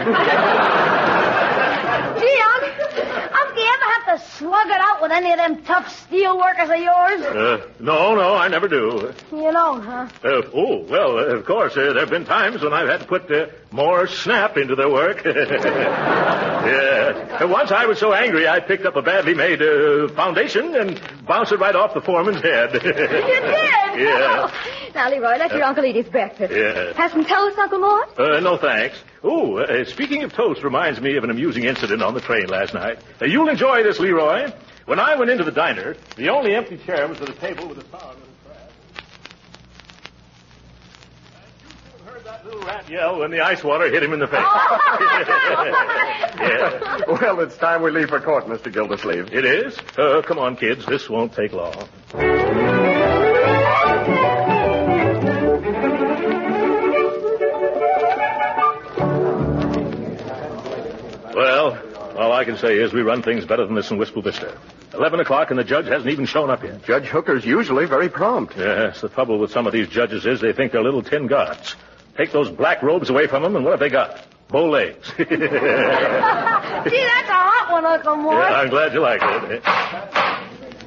S9: Gee, Unc, Unc, do you ever have to slug it out with any of them tough steel workers of yours?
S6: Uh, no, no, I never do.
S9: You know, huh?
S6: Uh, oh, well, uh, of course, uh, there have been times when I've had to put uh, more snap into their work. yes. And once I was so angry, I picked up a badly made uh, foundation and bounced it right off the foreman's head.
S5: You did?
S6: Yeah.
S5: Now, Leroy, let your uncle eat his breakfast.
S6: yeah.
S5: Have some toast, Uncle Mort?
S6: Uh, no thanks. Oh, uh, speaking of toast reminds me of an amusing incident on the train last night. Uh, you'll enjoy this, Leroy. When I went into the diner, the only empty chair was at a table with a sour little crab. And you should have heard that little rat yell when the ice water hit him in the face. yeah,
S7: Well, it's time we leave for court, Mr. Gildersleeve.
S6: it is. Uh, come on, kids. This won't take long. Well, all I can say is we run things better than this in Wistful Vista. Eleven o'clock and the judge hasn't even shown up yet.
S7: Judge Hooker's usually very prompt.
S6: Yes, the trouble with some of these judges is they think they're little tin gods. Take those black robes away from them, and what have they got? Bow legs.
S9: Gee, that's a hot one, Uncle
S6: Yeah,
S9: Mort.
S6: I'm glad you like it.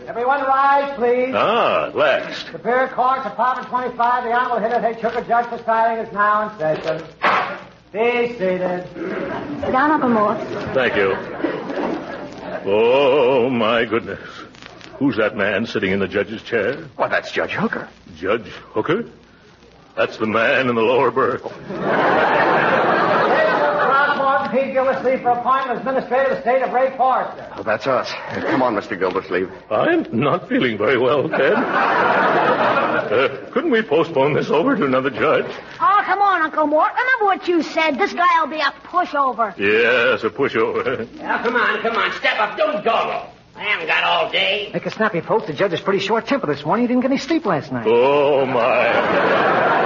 S11: Everyone rise, please.
S6: Ah, at last.
S11: Superior Court, Department 25, the Honorable Hilliard H. Hooker, Judge Presiding, is now in session. Be seated.
S5: Sit down, Uncle Mort.
S6: Thank you. Oh, my goodness. Who's that man sitting in the judge's chair? Why, that's Judge Hooker. Judge Hooker? That's the man in the lower berth.
S11: Throckmorton P. Gildersleeve for appointment as Administrator of the State of Ray Forrester.
S7: Oh, that's us. Come on, Mr. Gildersleeve.
S6: I'm not feeling very well, Ted. Uh, couldn't we postpone this over to another judge?
S9: Oh, come on, Uncle Mort. Remember what you said. This guy'll be a pushover.
S6: Yes, a pushover.
S8: Now, come on, come on, step up. Don't dawdle. I haven't got all day.
S11: Make a snappy post. The judge is pretty short tempered this morning. He didn't get any sleep last night.
S6: Oh, my.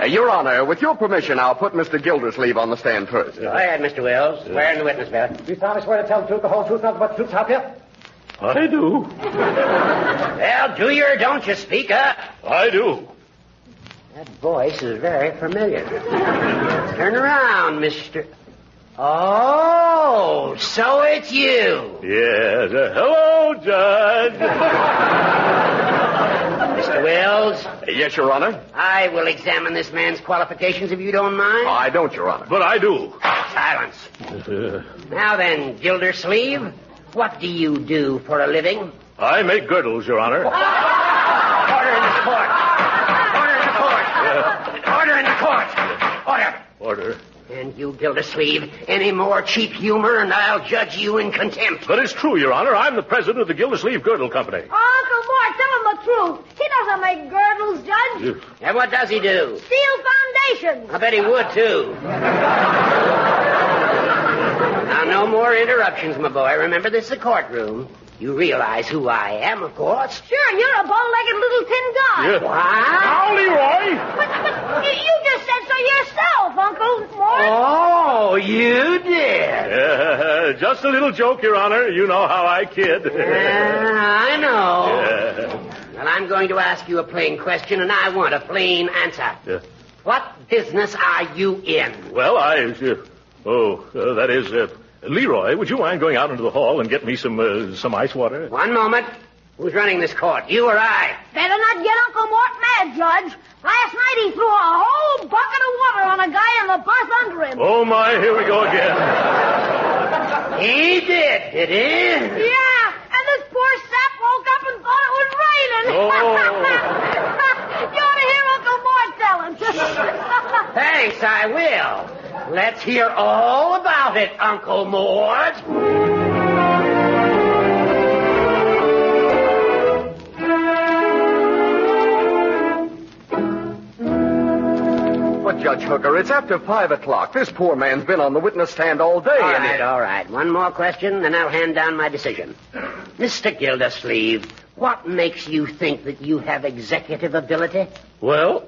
S7: Uh, Your Honor, with your permission, I'll put Mr. Gildersleeve on the stand first.
S8: Go ahead, Mr. Wells. Swear in the witness bell.
S11: You promise swear to tell the truth, the whole truth, nothing but the truth, top you?
S6: I do.
S8: Well, do you or don't you speak up?
S6: I do.
S8: That voice is very familiar. Turn around, mister. Oh, so it's you.
S6: Yes. uh, hello, Judge.
S8: Mr. Wells,
S7: Yes, Your Honor.
S8: I will examine this man's qualifications if you don't mind.
S7: I don't, Your Honor.
S6: Uh, But I do.
S8: Silence. Now then, Gildersleeve, what do you do for a living?
S6: I make girdles, Your Honor.
S8: Order in the court. Order in the court. Order in the court. Order.
S6: Order.
S8: And you, Gildersleeve, any more cheap humor, and I'll judge you in contempt.
S6: But it's true, Your Honor. I'm the president of the Gildersleeve Girdle Company.
S9: Oh, Uncle Mort, tell him the truth. He doesn't make girdles, Judge.
S8: And what does he do?
S9: Steel foundations.
S8: I bet he would, too. now, no more interruptions, my boy. Remember, this is a courtroom. You realize who I am, of course.
S9: Sure, and you're a bow-legged little tin god.
S8: Yeah. What?
S6: Now, Leroy!
S9: But, but you- you just said so yourself, Uncle Mort.
S8: Oh, you did.
S6: Yeah, Uh, just a little joke, Your Honor. You know how I kid.
S8: I know.
S6: Yeah.
S8: Well, I'm going to ask you a plain question, and I want a plain answer.
S6: Yeah.
S8: What business are you in?
S6: Well, I. uh, oh, uh, that is. Uh, Leroy, would you mind going out into the hall and get me some uh, some ice water?
S8: One moment. Who's running this court, you or I?
S9: Better not get Uncle Mort mad, Judge. Last night he threw a whole bucket of water on a guy in the bus under him.
S6: Oh my! Here we go again.
S8: He did, did he?
S9: Yeah, and this poor sap woke up and thought it was raining.
S6: Oh.
S9: you ought to hear Uncle Mort tell him.
S8: Thanks, I will. Let's hear all about it, Uncle Mort.
S7: But, Judge Hooker, it's after five o'clock. This poor man's been on the witness stand all day.
S8: All
S7: and he-
S8: right, all right. One more question, then I'll hand down my decision. Mr. Gildersleeve, what makes you think that you have executive ability?
S6: Well,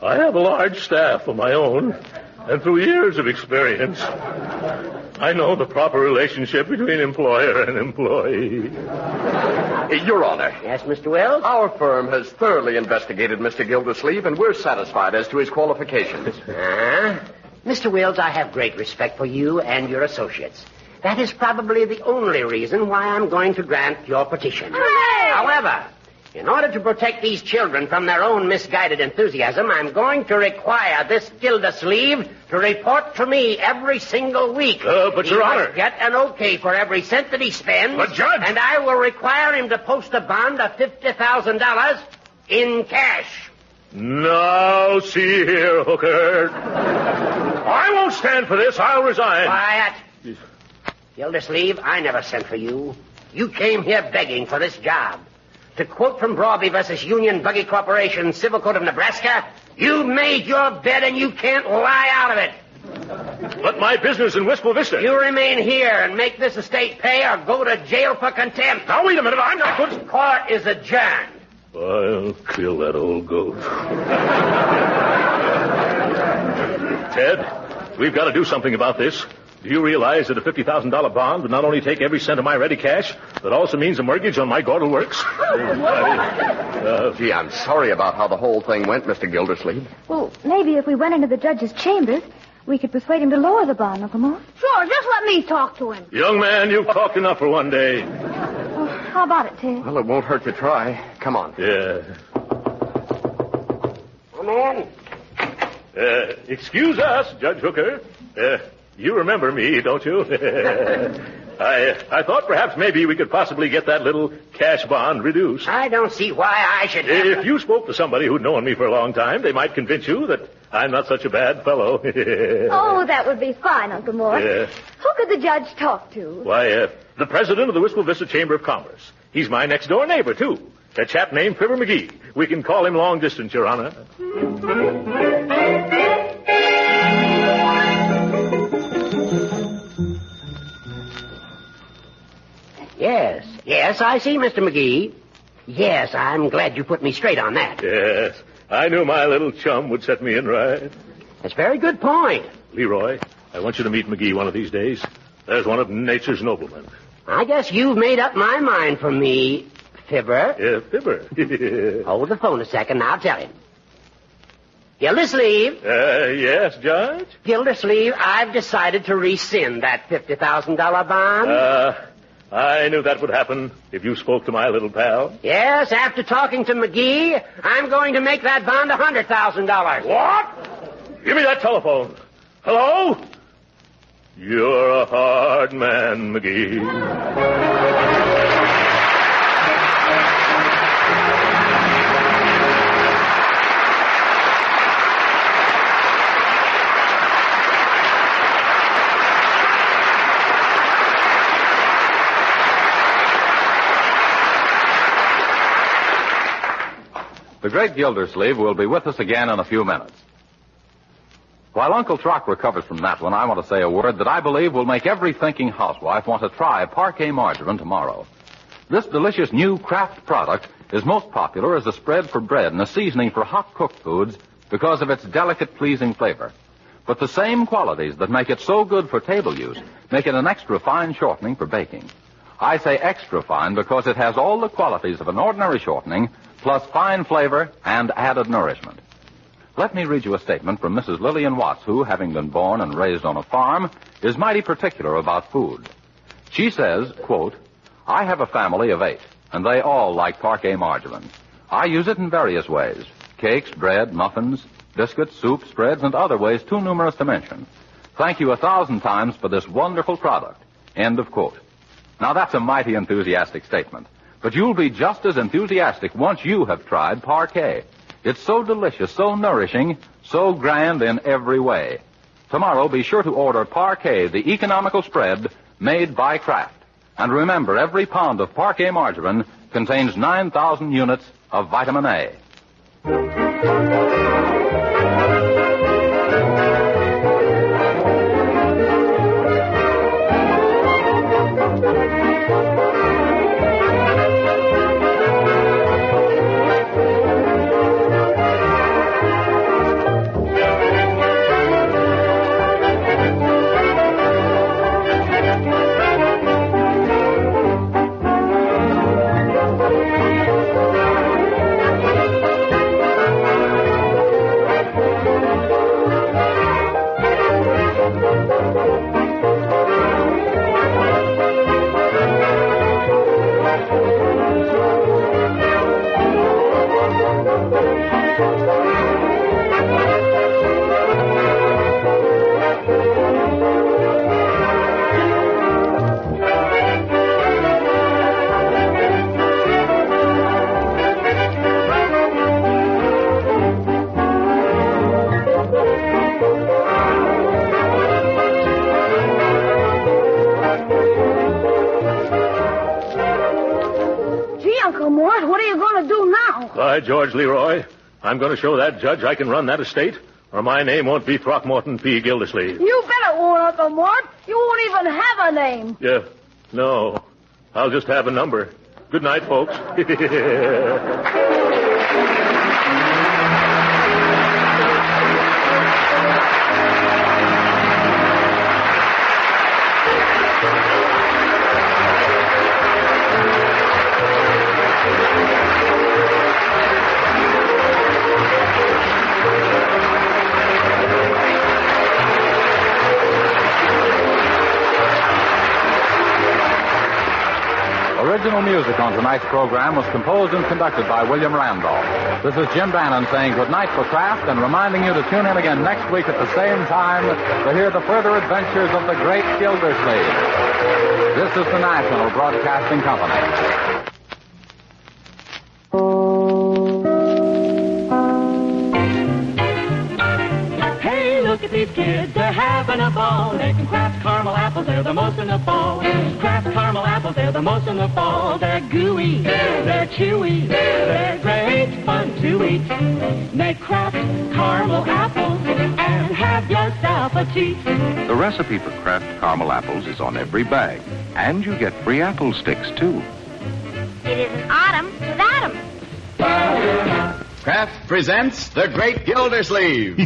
S6: I have a large staff of my own, and through years of experience, I know the proper relationship between employer and employee.
S7: Your Honor.
S8: Yes, Mr. Wells?
S7: Our firm has thoroughly investigated Mr. Gildersleeve, and we're satisfied as to his qualifications.
S8: Huh? Mr. Wills, I have great respect for you and your associates. That is probably the only reason why I'm going to grant your petition.
S9: Hooray!
S8: However, in order to protect these children from their own misguided enthusiasm, I'm going to require this Gildersleeve to report to me every single week.
S6: Uh, but,
S8: He
S6: Your
S8: must
S6: Honor-
S8: get an okay for every cent that he spends.
S6: But, Judge-
S8: And I will require him to post a bond of fifty thousand dollars in cash.
S6: Now, see here, Hooker. I won't stand for this. I'll resign.
S8: Quiet. Gildersleeve, I never sent for you. You came here begging for this job. To quote from Broadby versus Union Buggy Corporation, Civil Code of Nebraska, you made your bed and you can't lie out of it.
S6: But my business in Wistful Vista.
S8: You remain here and make this estate pay or go to jail for contempt.
S6: Now, wait a minute. I'm not going to.
S8: Court is adjourned.
S6: I'll kill that old goat. Ted, we've got to do something about this. Do you realize that a $50,000 bond would not only take every cent of my ready cash, but also means a mortgage on my Gordon Works? Uh,
S7: Gee, I'm sorry about how the whole thing went, Mr. Gildersleeve.
S5: Well, maybe if we went into the judge's chambers, We could persuade him to lower the bond, Uncle Mort.
S9: Sure, just let me talk to him.
S6: Young man, you've talked enough for one day.
S5: Oh, how about it, Ted?
S12: Well, it won't hurt to try. Come on.
S6: Yeah.
S12: Come in.
S6: Uh, excuse us, Judge Hooker. Uh, you remember me, don't you? I, I thought perhaps maybe we could possibly get that little cash bond reduced.
S8: I don't see why I should. have
S6: If you spoke to somebody who'd known me for a long time, they might convince you that I'm not such a bad fellow.
S5: Oh, that would be fine, Uncle Mort.
S6: Yeah.
S5: Who could the judge talk to?
S6: Why, uh, the president of the Wistful Vista Chamber of Commerce. He's my next door neighbor, too. A chap named Fibber McGee. We can call him long distance, Your Honor.
S8: Yes, yes, I see, Mr. McGee. Yes, I'm glad you put me straight on that.
S6: Yes, I knew my little chum would set me in right.
S8: That's a very good point.
S6: Leroy, I want you to meet McGee one of these days. There's one of nature's noblemen.
S8: I guess you've made up my mind for me, Fibber.
S6: Yeah, Fibber.
S8: Hold the phone a second, and I'll tell him. Gildersleeve.
S6: Uh, yes, Judge?
S8: Gildersleeve, I've decided to rescind that $50,000 bond.
S6: Uh, I knew that would happen if you spoke to my little pal.
S8: Yes, after talking to McGee, I'm going to make that bond $100,000.
S6: What? Give me that telephone. Hello? You're a hard man, McGee.
S3: The great Gildersleeve will be with us again in a few minutes. While Uncle Trock recovers from that one, I want to say a word that I believe will make every thinking housewife want to try parquet margarine tomorrow. This delicious new craft product is most popular as a spread for bread and a seasoning for hot cooked foods because of its delicate, pleasing flavor. But the same qualities that make it so good for table use make it an extra fine shortening for baking. I say extra fine because it has all the qualities of an ordinary shortening, plus fine flavor and added nourishment. Let me read you a statement from Mrs. Lillian Watts, who, having been born and raised on a farm, is mighty particular about food. She says, quote, I have a family of eight, and they all like parquet margarine. I use it in various ways. Cakes, bread, muffins, biscuits, soup, spreads, and other ways too numerous to mention. Thank you a thousand times for this wonderful product. End of quote. Now that's a mighty enthusiastic statement. But you'll be just as enthusiastic once you have tried parquet. It's so delicious, so nourishing, so grand in every way. Tomorrow be sure to order parquet, the economical spread made by Kraft. And remember, every pound of parquet margarine contains 9,000 units of vitamin A.
S9: Gee, Uncle Mort, what are you going to do now?
S6: By George Leroy, I'm going to show that judge I can run that estate, or my name won't be Throckmorton P. Gildersleeve.
S9: You bet it won't, Uncle Mort. You won't even have a name.
S6: Yeah, no. I'll just have a number. Good night, folks.
S13: Original music on tonight's program was composed and conducted by William Randolph. This is Jim Bannon saying goodnight for Kraft and reminding you to tune in again next week at the same time to hear the further adventures of the great Gildersleeve. This is the National Broadcasting Company.
S14: Hey, look at these kids, they're having a ball. Making Kraft caramel apples, they're the most in the fall. Kraft caramel apples, they're the most in the fall. They're gooey, they're chewy, they're great fun to eat. Make Kraft caramel apples and have yourself a treat.
S3: The recipe for Kraft caramel apples is on every bag, and you get free apple sticks too.
S15: It isn't autumn without 'em.
S16: Kraft presents The Great Gildersleeve.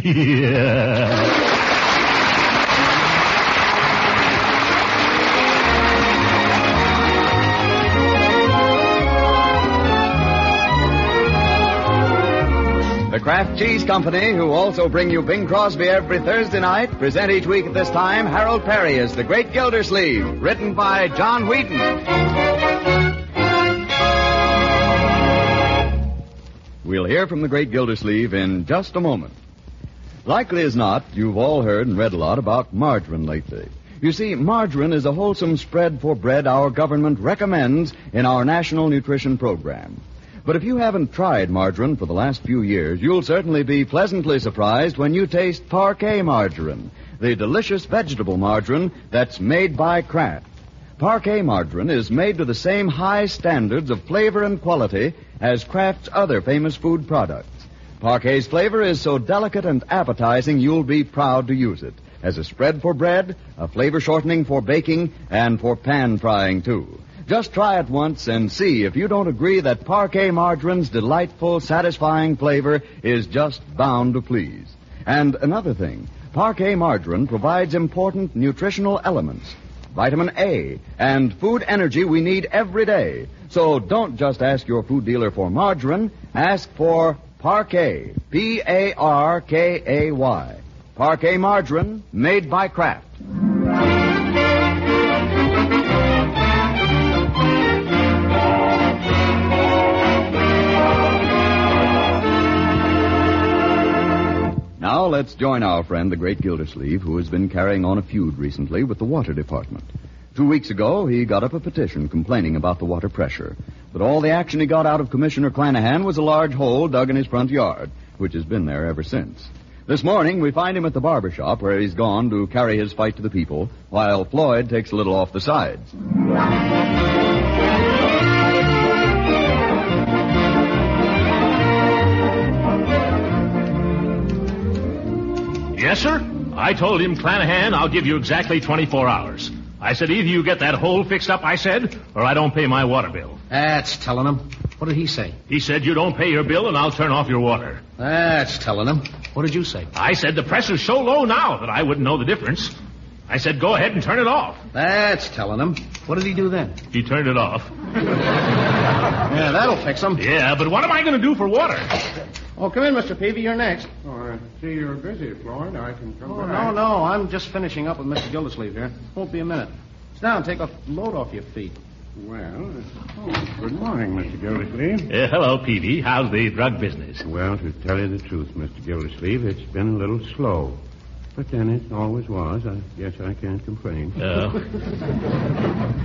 S16: The Kraft Cheese Company, who also bring you Bing Crosby every Thursday night, present each week at this time Harold Perry as The Great Gildersleeve, written by John Wheaton. We'll hear from the great Gildersleeve in just a moment. Likely as not, you've all heard and read a lot about margarine lately. You see, margarine is a wholesome spread for bread our government recommends in our national nutrition program. But if you haven't tried margarine for the last few years, you'll certainly be pleasantly surprised when you taste parquet margarine, the delicious vegetable margarine that's made by Kraft. Parquet margarine is made to the same high standards of flavor and quality as Kraft's other famous food products. Parquet's flavor is so delicate and appetizing you'll be proud to use it as a spread for bread, a flavor shortening for baking, and for pan frying too. Just try it once and see if you don't agree that parquet margarine's delightful, satisfying flavor is just bound to please. And another thing, parquet margarine provides important nutritional elements vitamin A, and food energy we need every day. So don't just ask your food dealer for margarine, ask for Parquet. P A R K A Y. Parquet margarine made by Kraft. Now let's join our friend, the great Gildersleeve, who has been carrying on a feud recently with the water department. Two weeks ago, he got up a petition complaining about the water pressure. But all the action he got out of Commissioner Clanahan was a large hole dug in his front yard, which has been there ever since. This morning, we find him at the barber shop where he's gone to carry his fight to the people, while Floyd takes a little off the sides.
S6: Yes, sir. I told him, Clanahan, I'll give you exactly 24 hours. I said, either you get that hole fixed up, I said, or I don't pay my water bill.
S17: That's telling him. What did he say?
S6: He said, you don't pay your bill and I'll turn off your water.
S17: That's telling him. What did you say?
S6: I said, the pressure's so low now that I wouldn't know the difference. I said, go ahead and turn it off.
S17: That's telling him. What did he do then?
S6: He turned it off.
S17: Yeah, that'll fix him.
S6: Yeah, but what am I going to do for water?
S17: Oh, come in, Mr. Peavy. You're next.
S18: Oh, I see you're busy, Floyd. I can come
S17: Oh,
S18: by.
S17: no, no. I'm just finishing up with Mr. Gildersleeve here. Won't be a minute. Sit down. Take a load off your feet.
S18: Well, oh, good morning, Mr. Gildersleeve.
S6: Uh, hello, Peavy. How's the drug business?
S18: Well, to tell you the truth, Mr. Gildersleeve, it's been a little slow. But then it always was. I guess I can't complain.
S6: Oh.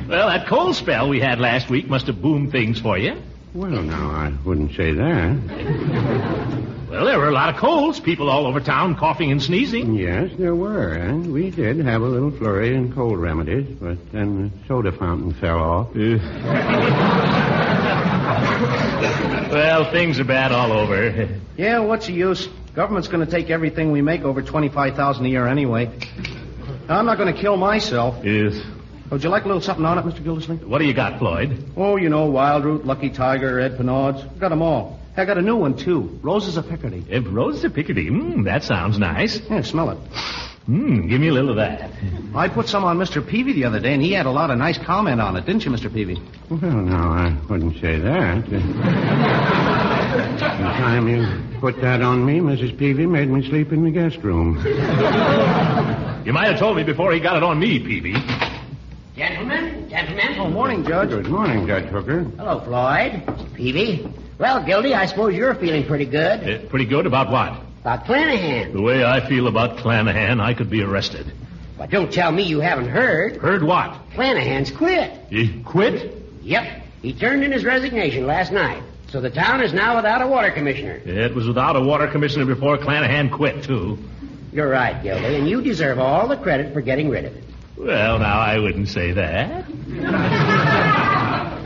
S6: Well, that cold spell we had last week must have boomed things for you.
S18: well, now, I wouldn't say that.
S6: Well, there were a lot of colds. People all over town coughing and sneezing.
S18: Yes, there were, and we did have a little flurry in cold remedies, but then the soda fountain fell off.
S6: Well, things are bad all over.
S17: Yeah, what's the use? Government's going to take everything we make over 25000 a year anyway. Now, I'm not going to kill myself. Oh,
S6: Yes.
S17: Would you like a little something on it, Mr. Gildersleeve?
S6: What do you got, Floyd?
S17: Oh, you know, Wild Root, Lucky Tiger, Ed Penards. Got 'em all. I got a new one, too. Roses of Picardy.
S6: Eh, Roses of Picardy. Mmm, that sounds nice.
S17: Yeah, smell it.
S6: Mmm, give me a little of that.
S17: I put some on Mr. Peavy the other day, and he had a lot of nice comment on it, didn't you, Mr. Peavy?
S18: Well, no, I wouldn't say that. The time you put that on me, Mrs. Peavy made me sleep in the guest room.
S6: You might have told me before he got it on me, Peavy.
S8: Gentlemen, Gentlemen.
S17: Oh, morning, Judge.
S14: Good morning, Judge Hooker.
S8: Hello, Floyd. Peavy. Well, Gildy, I suppose you're feeling pretty good.
S6: Eh, pretty good about what?
S8: About Clanahan.
S6: The way I feel about Clanahan, I could be arrested.
S8: But don't tell me you haven't heard.
S6: Heard what?
S8: Clanahan's quit.
S6: He quit?
S8: Yep. He turned in his resignation last night. So the town is now without a water commissioner.
S6: It was without a water commissioner before Clanahan quit, too.
S8: You're right, Gildy, and you deserve all the credit for getting rid of it.
S6: Well, now, I wouldn't say that.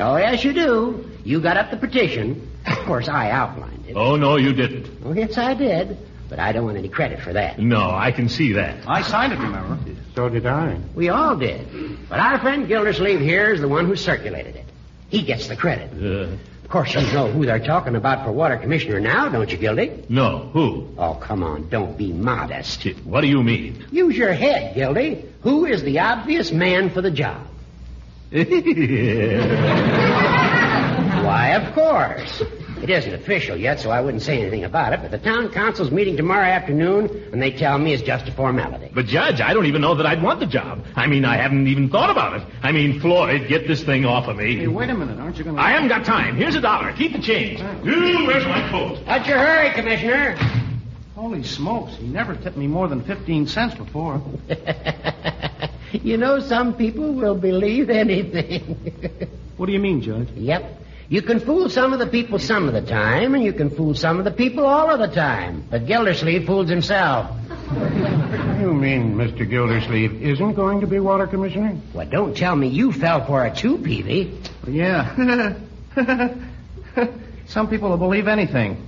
S8: Oh, yes, you do. You got up the petition. Of course, I outlined it.
S6: Oh, no, you didn't.
S8: Oh, yes, I did. But I don't want any credit for that.
S6: No, I can see that.
S8: I signed it, remember?
S14: So did I.
S8: We all did. But our friend Gildersleeve here is the one who circulated it. He gets the credit.
S6: Uh.
S8: Of course, you know who they're talking about for water commissioner now, don't you, Gildy?
S6: No, who?
S8: Oh, come on, don't be modest.
S6: What do you mean?
S8: Use your head, Gildy. Who is the obvious man for the job? Why, of course. It isn't official yet, so I wouldn't say anything about it, but the town council's meeting tomorrow afternoon, and they tell me it's just a formality.
S6: But, Judge, I don't even know that I'd want the job. I mean, I haven't even thought about it. I mean, Floyd, get this thing off of me.
S17: Hey, wait a minute. Aren't you going to...
S6: I haven't got time. Here's a dollar. Keep the change. Ooh, where's my coat?
S8: What's your hurry, Commissioner?
S17: Holy smokes. He never tipped me more than 15 cents before.
S8: You know, some people will believe anything.
S17: what do you mean, Judge?
S8: Yep. You can fool some of the people some of the time, and you can fool some of the people all of the time. But Gildersleeve fools himself.
S14: You mean Mr. Gildersleeve isn't going to be water commissioner?
S8: Well, don't tell me you fell for it too, Peavy.
S17: Yeah. Some people will believe anything.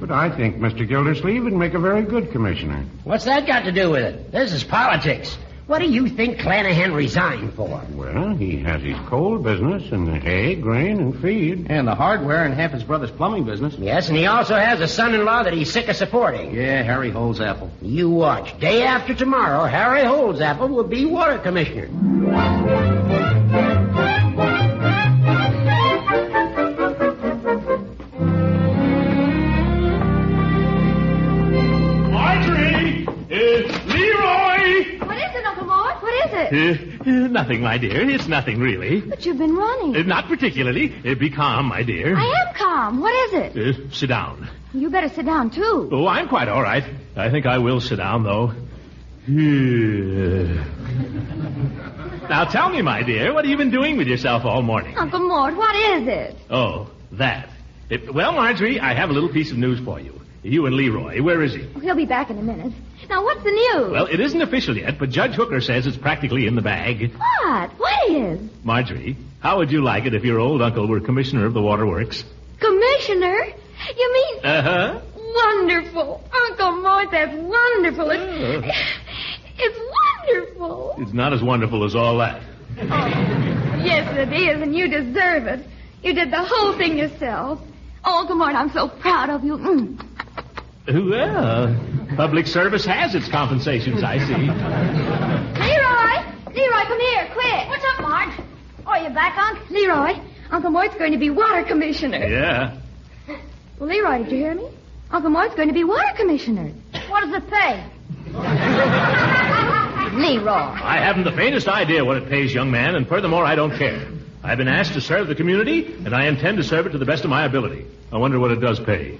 S14: But I think Mr. Gildersleeve would make a very good commissioner.
S8: What's that got to do with it? This is politics. What do you think Clanahan resigned for?
S14: Well, he has his coal business and the hay, grain, and feed.
S17: And the hardware and half his brother's plumbing business.
S8: Yes, and he also has a son-in-law that he's sick of supporting.
S17: Yeah, Harry Holzapple.
S8: You watch. Day after tomorrow, Harry Holzapple will be water commissioner.
S6: Marjorie! Leroy!
S5: What is it, Uncle Mort? What is it?
S6: Eh, nothing, my dear. It's nothing, really.
S5: But you've been running.
S6: Uh, not particularly. Uh, be calm, my dear.
S5: I am calm. What is it?
S6: Uh, sit down.
S5: You better sit down, too.
S6: Oh, I'm quite all right. I think I will sit down, though. Yeah. now tell me, my dear, what have you been doing with yourself all morning?
S5: Uncle Mort, what is it?
S6: Oh, that. It- well, Marjorie, I have a little piece of news for you. You and Leroy, where is he?
S5: He'll be back in a minute. Now, what's the news?
S6: Well, it isn't official yet, but Judge Hooker says it's practically in the bag.
S5: What? What is?
S6: Marjorie, how would you like it if your old uncle were commissioner of the waterworks?
S5: Commissioner?
S19: You mean
S6: Uh huh.
S19: wonderful, Uncle Mort? That's wonderful. It's, it's wonderful.
S6: It's not as wonderful as all that.
S19: Yes, it is, and you deserve it. You did the whole thing yourself. Oh, Uncle Mort, I'm so proud of you. Mm.
S6: Well, public service has its compensations, I see.
S19: Leroy, Leroy, come here, quick.
S5: What's up, Marge? Oh, you back, Unc? Leroy, Uncle Mort's going to be water commissioner.
S6: Yeah.
S5: Well, Leroy, did you hear me? Uncle Mort's going to be water commissioner. What does it pay? Leroy.
S6: I haven't the faintest idea what it pays, young man, and furthermore, I don't care. I've been asked to serve the community, and I intend to serve it to the best of my ability. I wonder what it does pay.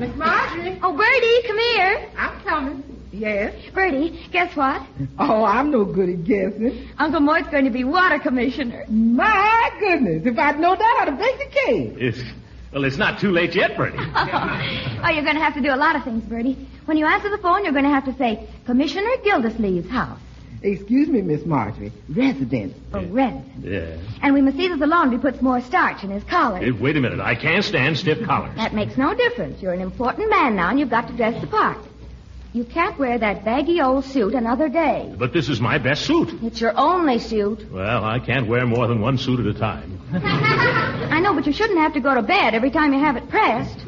S19: Miss Marjorie. Oh, Bertie, come here. I'm coming.
S5: Yes? Bertie, guess what?
S11: Oh, I'm no good at guessing.
S5: Uncle Mort's going to be water commissioner.
S11: My goodness, if I'd known that, I'd have baked a cake.
S6: It's, well, it's not too late yet, Bertie.
S5: Oh, you're going to have to do a lot of things, Bertie. When you answer the phone, you're going to have to say, Commissioner Gildersleeve's house.
S11: Excuse me, Miss Marjorie. Resident.
S5: Or red.
S6: Yeah.
S5: And we must see that the laundry puts more starch in his collar.
S6: Hey, wait a minute. I can't stand stiff collars.
S5: That makes no difference. You're an important man now, and you've got to dress the part. You can't wear that baggy old suit another day.
S6: But this is my best suit.
S5: It's your only suit.
S6: Well, I can't wear more than one suit at a time.
S5: I know, but you shouldn't have to go to bed every time you have it pressed.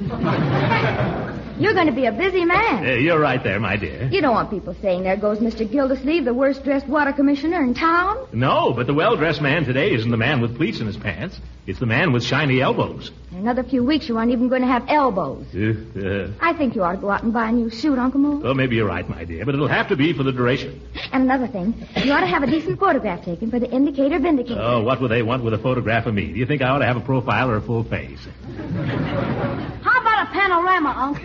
S5: You're going to be a busy man.
S6: Uh, you're right there, my dear.
S5: You don't want people saying, there goes Mr. Gildersleeve, the worst dressed water commissioner in town.
S6: No, but the well dressed man today isn't the man with pleats in his pants. It's the man with shiny elbows.
S5: In another few weeks, you aren't even going to have elbows.
S6: Uh, uh,
S5: I think you ought to go out and buy a new suit, Uncle Moore.
S6: well, maybe you're right, my dear, but it'll have to be for the duration.
S5: And another thing, you ought to have a decent photograph taken for the indicator vindicator.
S6: Oh, what would they want with a photograph of me? Do you think I ought to have a profile or a full face?
S20: How about a panorama, Uncle?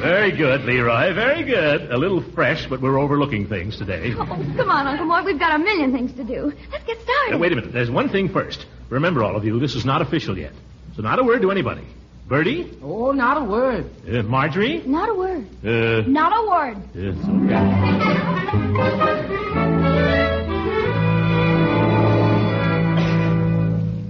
S6: Very good, Leroy. Very good. A little fresh, but we're overlooking things today.
S5: Oh, Uh-huh. come on, Uncle Mort. We've got a million things to do. Let's get started.
S6: Uh, wait a minute. There's one thing first. Remember, all of you, this is not official yet. So not a word to anybody. Bertie?
S21: Oh, not a word.
S6: Uh, Marjorie?
S5: Not a word.
S6: Uh,
S5: Not a word.
S6: uh,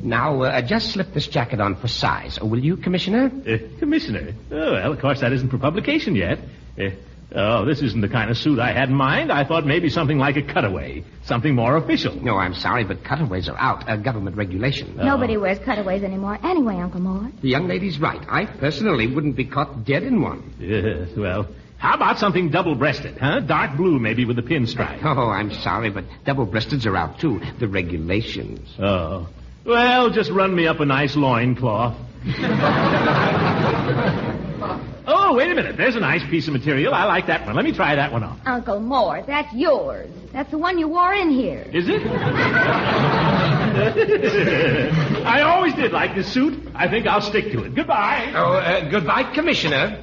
S17: Now, uh, just slip this jacket on for size,
S8: Oh,
S17: will you, Commissioner?
S6: Uh, Commissioner? Oh, well, of course, that isn't for publication yet. Eh, oh, this isn't the kind of suit I had in mind. I thought maybe something like a cutaway, something more official.
S17: No, I'm sorry, but cutaways are out. A government regulation.
S5: Nobody wears cutaways anymore. Anyway, Uncle Mort.
S17: The young lady's right. I personally wouldn't be caught dead in one.
S6: Yes, well, how about something double breasted, huh? Dark blue, maybe, with a pinstripe.
S17: Oh, I'm sorry, but double breasteds are out, too. The regulations.
S6: Oh. Well, just run me up a nice loincloth. Oh, wait a minute. There's a nice piece of material. I like that one. Let me try that one on.
S5: Uncle Mort, that's yours. That's the one you wore in here.
S6: Is it? I always did like this suit. I think I'll stick to it. Goodbye.
S17: Oh, uh, goodbye, Commissioner.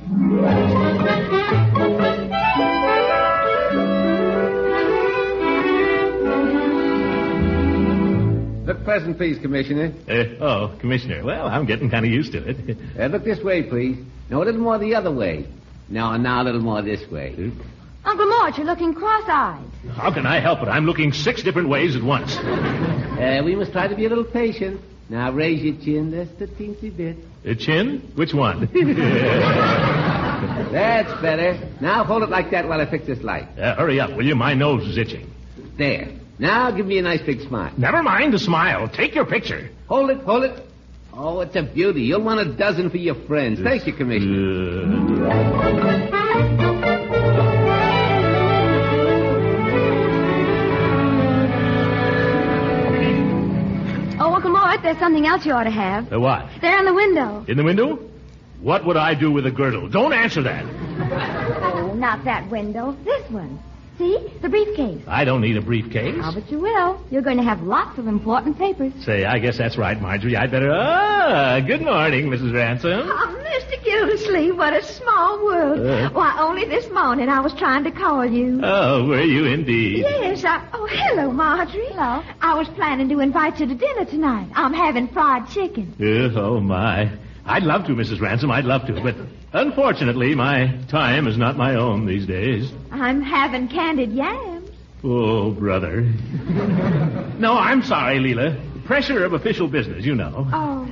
S22: Look present, please, Commissioner.
S6: Uh, oh, Commissioner. Well, I'm getting kind of used to it.
S22: Uh, look this way, please. No, a little more the other way. No, now a little more this way.
S5: Uncle Mort, you're looking cross-eyed.
S6: How can I help it? I'm looking six different ways at once.
S22: Uh, we must try to be a little patient. Now raise your chin just a teensy bit.
S6: A chin? Which one?
S22: That's better. Now hold it like that while I fix this light.
S6: Uh, hurry up, will you? My nose is itching.
S22: There. Now give me a nice big smile.
S6: Never mind the smile. Take your picture.
S22: Hold it, hold it. Oh, it's a beauty. You'll want a dozen for your friends. Thank you, Commissioner.
S5: Oh, Uncle Mort, there's something else you ought to have.
S6: Uh, what?
S5: There in the window.
S6: In the window? What would I do with a girdle? Don't answer that.
S5: Oh, not that window. This one. See? The briefcase.
S6: I don't need a briefcase.
S5: Oh, but you will. You're going to have lots of important papers.
S6: Say, I guess that's right, Marjorie. I'd better. Ah, good morning, Mrs. Ransom.
S5: Oh, Mr. Gildersleeve, what a small world.
S6: Uh.
S5: Why, only this morning I was trying to call you.
S6: Oh, were you indeed?
S5: Yes, I... Oh, hello, Marjorie. Hello. I was planning to invite you to dinner tonight. I'm having fried chicken.
S6: Yes, oh my. I'd love to, Mrs. Ransom. I'd love to. But unfortunately, my time is not my own these days.
S5: I'm having candied yams.
S6: Oh, brother. no, I'm sorry, Leela. Pressure of official business, you know.
S5: Oh.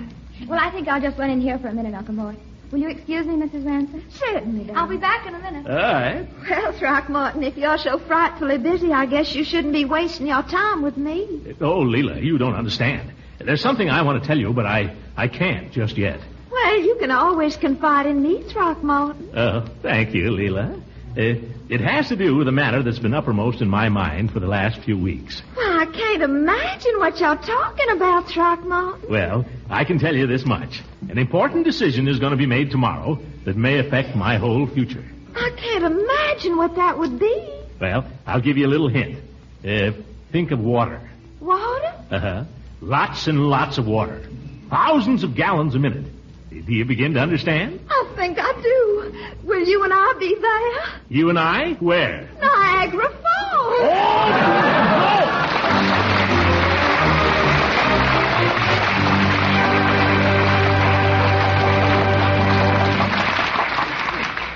S5: Well, I think I'll just run in here for a minute, Uncle Mort. Will you excuse me, Mrs. Ransom? Certainly, I'll be back in a minute.
S6: All right.
S5: Well, Throckmorton, if you're so frightfully busy, I guess you shouldn't be wasting your time with me.
S6: Oh, Leela, you don't understand. There's something I want to tell you, but I, I can't just yet.
S5: Well, you can always confide in me, Throckmorton.
S6: Oh, thank you, Leela. Uh, it has to do with a matter that's been uppermost in my mind for the last few weeks.
S5: Why, I can't imagine what you're talking about, Throckmorton.
S6: Well, I can tell you this much. An important decision is going to be made tomorrow that may affect my whole future.
S5: I can't imagine what that would be.
S6: Well, I'll give you a little hint. Uh, think of water.
S5: Water?
S6: Uh huh. Lots and lots of water. Thousands of gallons a minute. Do you begin to understand?
S5: I think I do. Will you and I be there?
S6: You and I? Where?
S5: Niagara Falls. Oh!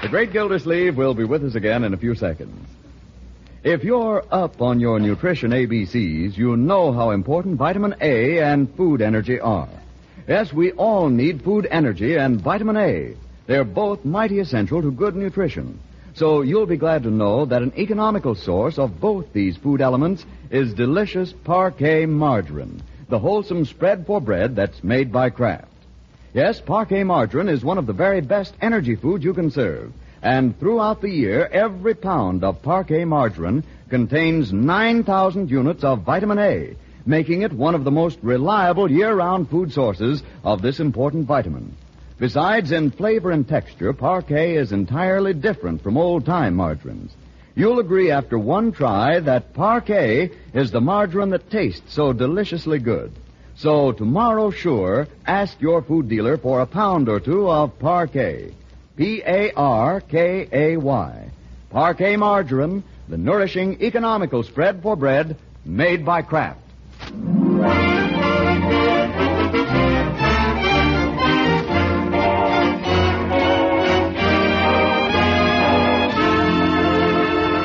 S16: The great Gildersleeve will be with us again in a few seconds. If you're up on your nutrition ABCs, you know how important vitamin A and food energy are. Yes, we all need food energy and vitamin A. They're both mighty essential to good nutrition. So you'll be glad to know that an economical source of both these food elements is delicious parquet margarine, the wholesome spread for bread that's made by Kraft. Yes, parquet margarine is one of the very best energy foods you can serve. And throughout the year, every pound of parquet margarine contains 9,000 units of vitamin A, making it one of the most reliable year-round food sources of this important vitamin. Besides, in flavor and texture, parquet is entirely different from old-time margarines. You'll agree after one try that parquet is the margarine that tastes so deliciously good. So tomorrow, sure, ask your food dealer for a pound or two of parquet. P-A-R-K-A-Y. Parquet margarine, the nourishing economical spread for bread made by Kraft.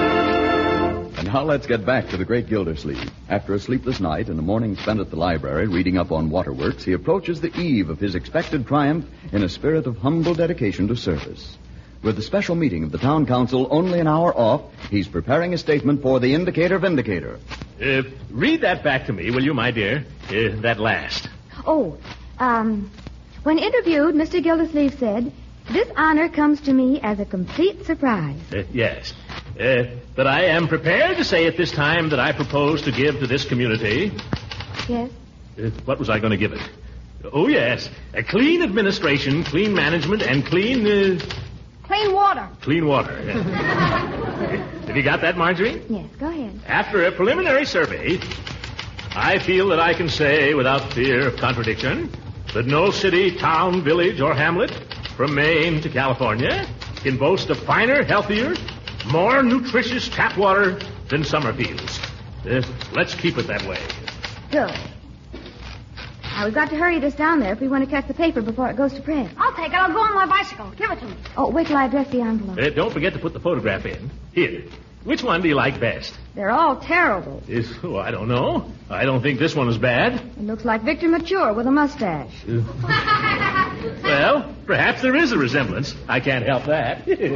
S16: And now let's get back to the great Gildersleeve. After a sleepless night and a morning spent at the library reading up on waterworks, he approaches the eve of his expected triumph in a spirit of humble dedication to service. With the special meeting of the town council only an hour off, he's preparing a statement for the Indicator Vindicator.
S6: Uh, read that back to me, will you, my dear? Uh, that last.
S5: Oh, um, when interviewed, Mr. Gildersleeve said, This honor comes to me as a complete surprise.
S6: Uh, yes. Uh, but I am prepared to say at this time that I propose to give to this community.
S5: Yes?
S6: Uh, what was I going to give it? Oh, yes. A clean administration, clean management, and clean. Uh,
S9: Clean water.
S6: clean water. Have you got that, Marjorie?
S5: Yes, go ahead.
S6: After a preliminary survey, I feel that I can say without fear of contradiction that no city, town, village, or hamlet from Maine to California can boast a finer, healthier, more nutritious tap water than Summerfield's. Uh, let's keep it that way.
S5: Good. Now, we've got to hurry this down there if we want to catch the paper before it goes to press.
S9: I'll take it. I'll go on my bicycle. Give it to me.
S5: Oh, wait till I address the envelope.
S6: Uh, don't forget to put the photograph in. Here. Which one do you like best?
S5: They're all terrible.
S6: Is, oh, I don't know. I don't think this one is bad.
S5: It looks like Victor Mature with a mustache.
S6: Well, perhaps there is a resemblance. I can't help that.
S9: Hurry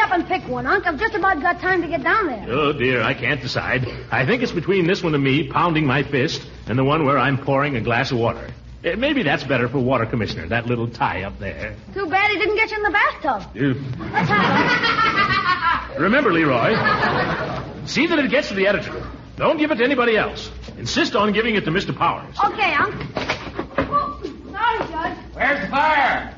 S9: up and pick one, Unc. I've just about got time to get down there.
S6: oh dear, I can't decide. I think it's between this one of me pounding my fist and the one where I'm pouring a glass of water. Uh, maybe that's better for water commissioner. That little tie up there.
S9: Too bad he didn't get you in the bathtub.
S6: Uh, remember, Leroy. See that it gets to the editor. Don't give it to anybody else. Insist on giving it to Mr. Powers.
S9: Okay, Unc. Oh, sorry, Judge.
S8: Where's the fire?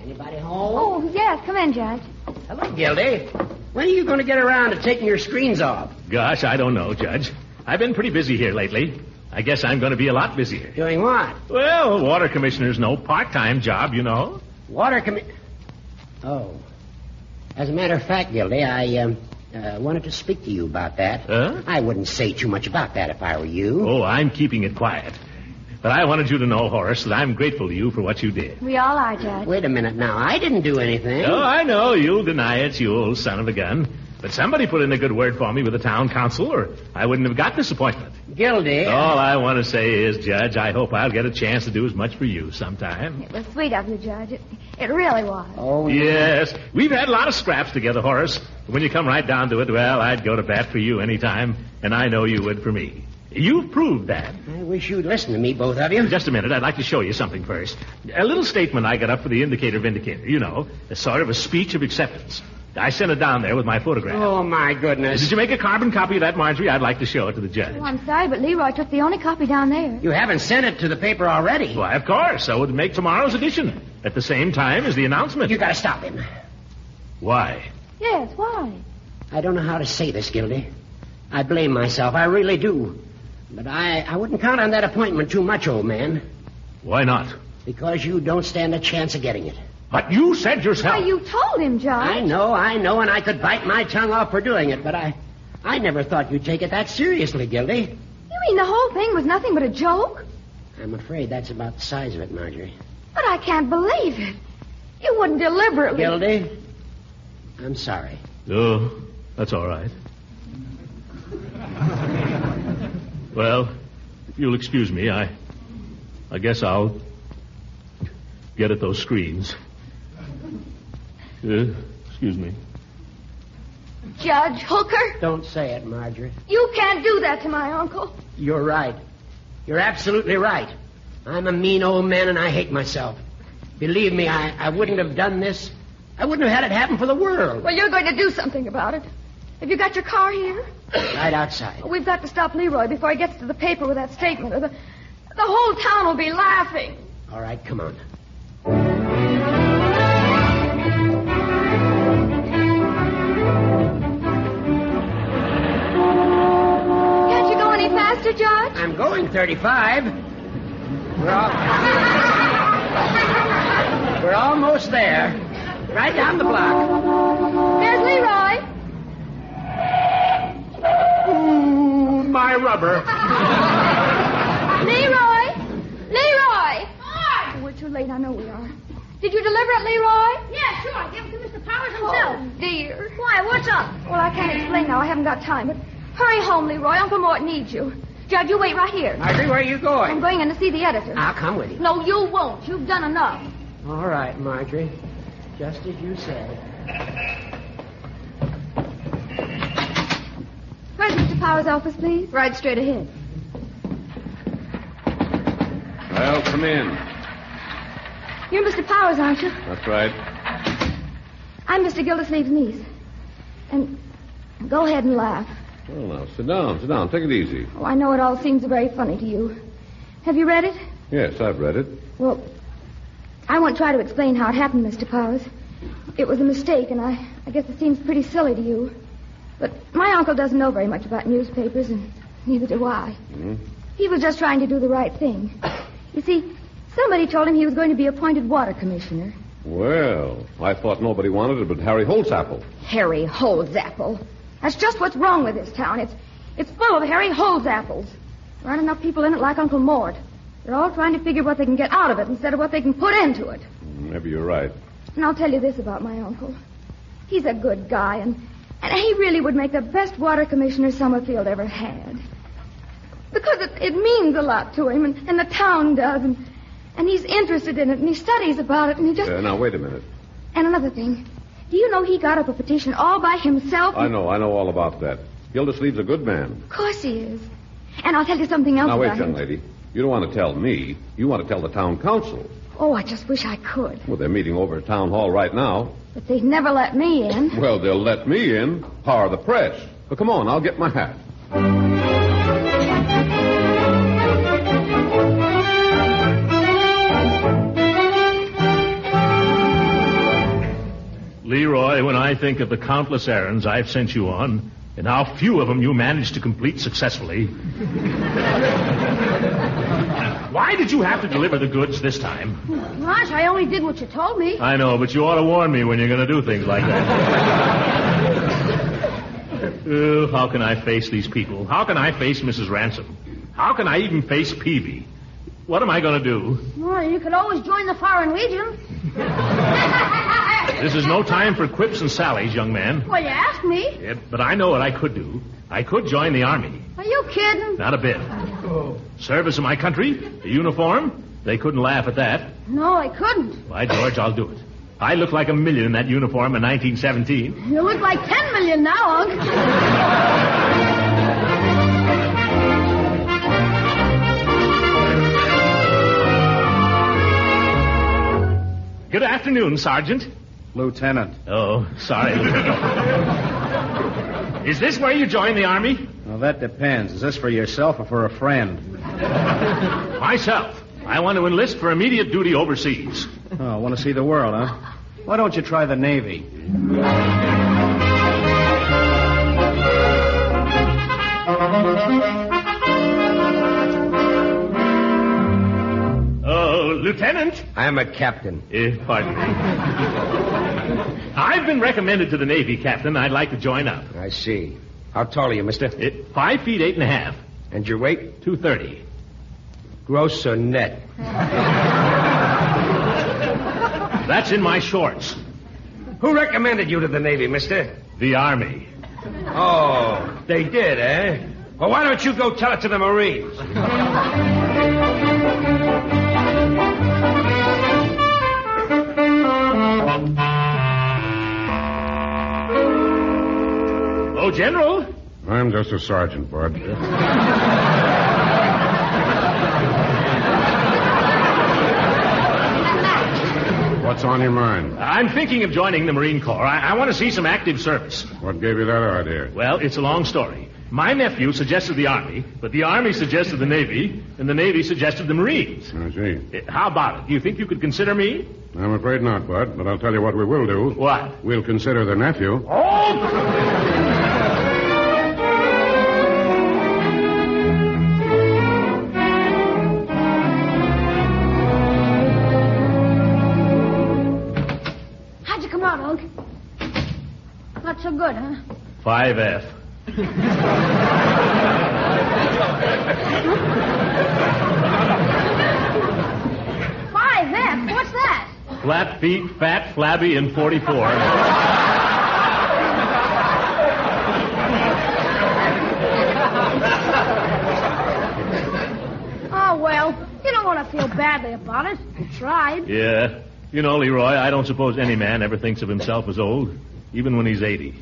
S8: Anybody home?
S5: Oh, yes, come in, Judge.
S8: Hello, Gildy. When are you going to get around to taking your screens off?
S6: Gosh, I don't know, Judge. I've been pretty busy here lately. I guess I'm going to be a lot busier.
S8: Doing what?
S6: Well, water commissioner's no part-time job, you know.
S8: Water commi. Oh. As a matter of fact, Gildy, I um, uh, wanted to speak to you about that.
S6: Huh?
S8: I wouldn't say too much about that if I were you.
S6: Oh, I'm keeping it quiet. But I wanted you to know, Horace, that I'm grateful to you for what you did.
S5: We all are, Judge.
S8: Wait a minute now. I didn't do anything.
S6: Oh, I know. You'll deny it, you old son of a gun. But somebody put in a good word for me with the town council, or I wouldn't have got this appointment.
S8: Gildy.
S6: All I want to say is, Judge, I hope I'll get a chance to do as much for you sometime.
S5: It was sweet of you, Judge. It, it really was.
S8: Oh,
S6: Yes, we've had a lot of scraps together, Horace. When you come right down to it, well, I'd go to bat for you any time, and I know you would for me. You've proved that.
S8: I wish you'd listen to me, both of you.
S6: Just a minute. I'd like to show you something first. A little statement I got up for the Indicator Vindicator, you know, a sort of a speech of acceptance. I sent it down there with my photograph.
S8: Oh, my goodness.
S6: Did you make a carbon copy of that, Marjorie? I'd like to show it to the judge.
S5: Oh, I'm sorry, but Leroy took the only copy down there.
S8: You haven't sent it to the paper already.
S6: Why, of course. I would make tomorrow's edition at the same time as the announcement.
S8: You gotta stop him.
S6: Why?
S5: Yes, why?
S8: I don't know how to say this, Gildy. I blame myself. I really do. But I, I wouldn't count on that appointment too much, old man,
S6: Why not?
S8: because you don't stand a chance of getting it.
S6: But you said yourself.
S5: Why, you told him, Judge.
S8: I know, I know, and I could bite my tongue off for doing it, but I, I never thought you'd take it that seriously, Gildy.
S5: You mean the whole thing was nothing but a joke?
S8: I'm afraid that's about the size of it, Marjorie.
S5: But I can't believe it. You wouldn't deliberately.
S8: Gildy, I'm sorry.
S6: Oh, that's all right. well, if you'll excuse me, I, I guess I'll get at those screens. Uh, excuse me.
S9: Judge Hooker,
S8: Don't say it, Marjorie.
S9: you can't do that to my uncle.
S8: You're right. You're absolutely right. I'm a mean old man and I hate myself. Believe me, I, I wouldn't have done this. I wouldn't have had it happen for the world.
S5: Well, you're going to do something about it. Have you got your car here?
S8: Right outside.
S5: We've got to stop Leroy before he gets to the paper with that statement, or the, the whole town will be laughing.
S8: All right, come on.
S5: Can't you go any faster, Judge?
S8: I'm going 35. We're, al- We're almost there. Right down the block.
S5: There's Leroy.
S8: Ooh, my rubber.
S5: Leroy! Leroy! Hi! We're too late. I know we are. Did you deliver it, Leroy?
S9: Yeah, sure. Give it to Mr. Powers
S5: Oh,
S9: himself.
S5: dear.
S9: Why, what's up?
S5: Well, I can't explain now. I haven't got time. But hurry home, Leroy. Uncle Mort needs you. Judge, you wait right here.
S8: Marjorie, where are you going?
S5: I'm going in to see the editor.
S8: I'll come with you.
S5: No, you won't. You've done enough.
S8: All right, Marjorie. Just as you said.
S5: Where's Mr. Powers' office, please? Right straight ahead.
S23: Well, come in.
S5: You're Mr. Powers, aren't you?
S23: That's right.
S5: I'm Mr. Gildersleeve's niece. And go ahead and laugh.
S23: Well, now, sit down, sit down. Take it easy.
S5: Oh, I know it all seems very funny to you. Have you read it?
S23: Yes, I've read it.
S5: Well, I won't try to explain how it happened, Mr. Powers. It was a mistake, and I, I guess it seems pretty silly to you. But my uncle doesn't know very much about newspapers, and neither do I.
S23: Hmm?
S5: He was just trying to do the right thing. You see, somebody told him he was going to be appointed water commissioner.
S23: Well, I thought nobody wanted it but Harry Holtzapple.
S5: Harry Holdsapple. That's just what's wrong with this town. It's, it's full of Harry Holdsapples. There aren't enough people in it like Uncle Mort. They're all trying to figure what they can get out of it instead of what they can put into it.
S23: Maybe you're right.
S5: And I'll tell you this about my uncle. He's a good guy, and, and he really would make the best water commissioner Summerfield ever had. Because it, it means a lot to him, and, and the town does, and, and he's interested in it, and he studies about it, and he just.
S23: Uh, now, wait a minute.
S5: And another thing. Do you know he got up a petition all by himself?
S23: I know, I know all about that. Gildersleeve's a good man.
S5: Of course he is. And I'll tell you something else
S23: now, wait,
S5: about
S23: young
S5: him.
S23: lady. You don't want to tell me. You want to tell the town council.
S5: Oh, I just wish I could.
S23: Well, they're meeting over at town hall right now.
S5: But they'd never let me in.
S23: Well, they'll let me in. Power the press. Well, come on, I'll get my hat.
S6: Leroy, when I think of the countless errands I've sent you on, and how few of them you managed to complete successfully, why did you have to deliver the goods this time?
S9: Gosh, I only did what you told me.
S6: I know, but you ought to warn me when you're going to do things like that. oh, how can I face these people? How can I face Mrs. Ransom? How can I even face Peavy? What am I going to do?
S9: Well, you could always join the Foreign Legion.
S6: This is no time for quips and sallies, young man.
S9: Well, you asked me.
S6: Yeah, but I know what I could do. I could join the army.
S9: Are you kidding?
S6: Not a bit. Service of my country, the uniform. They couldn't laugh at that.
S9: No, I couldn't.
S6: By George, I'll do it. I look like a million in that uniform in 1917.
S9: You look like ten million now, Unc.
S6: Good afternoon, Sergeant. Lieutenant. Oh, sorry. Lieutenant. Is this where you joined the army?
S24: Well, that depends. Is this for yourself or for a friend?
S6: Myself. I want to enlist for immediate duty overseas.
S24: Oh, want to see the world, huh? Why don't you try the Navy?
S6: Oh, Lieutenant. Eh,
S17: I'm a captain.
S6: pardon me. I've been recommended to the Navy, Captain. I'd like to join up. Eh,
S17: I see. How tall are you, mister?
S6: five feet, eight and a half.
S17: And your weight?
S6: 230.
S17: Gross or net?
S6: That's in my shorts.
S17: Who recommended you to the Navy, mister?
S6: The Army.
S17: Oh, they did, eh? Well, why don't you go tell it to the Marines?
S6: Oh, General.
S14: I'm just a sergeant, Bud.
S17: What's on your mind?
S6: I'm thinking of joining the Marine Corps. I, I want to see some active service.
S17: What gave you that idea?
S6: Well, it's a long story. My nephew suggested the Army, but the Army suggested the Navy, and the Navy suggested the Marines.
S17: I see.
S6: Uh, How about it? Do you think you could consider me?
S17: I'm afraid not, Bud, but I'll tell you what we will do.
S6: What?
S17: We'll consider the nephew.
S9: How'd you come out, Unc? Not so good, huh?
S6: 5F.
S9: Five F. What's that?
S6: Flat feet, fat, flabby, and 44.
S9: Oh well, you don't want to feel badly about it. You tried.
S6: yeah. You know, Leroy, I don't suppose any man ever thinks of himself as old, even when he's 80.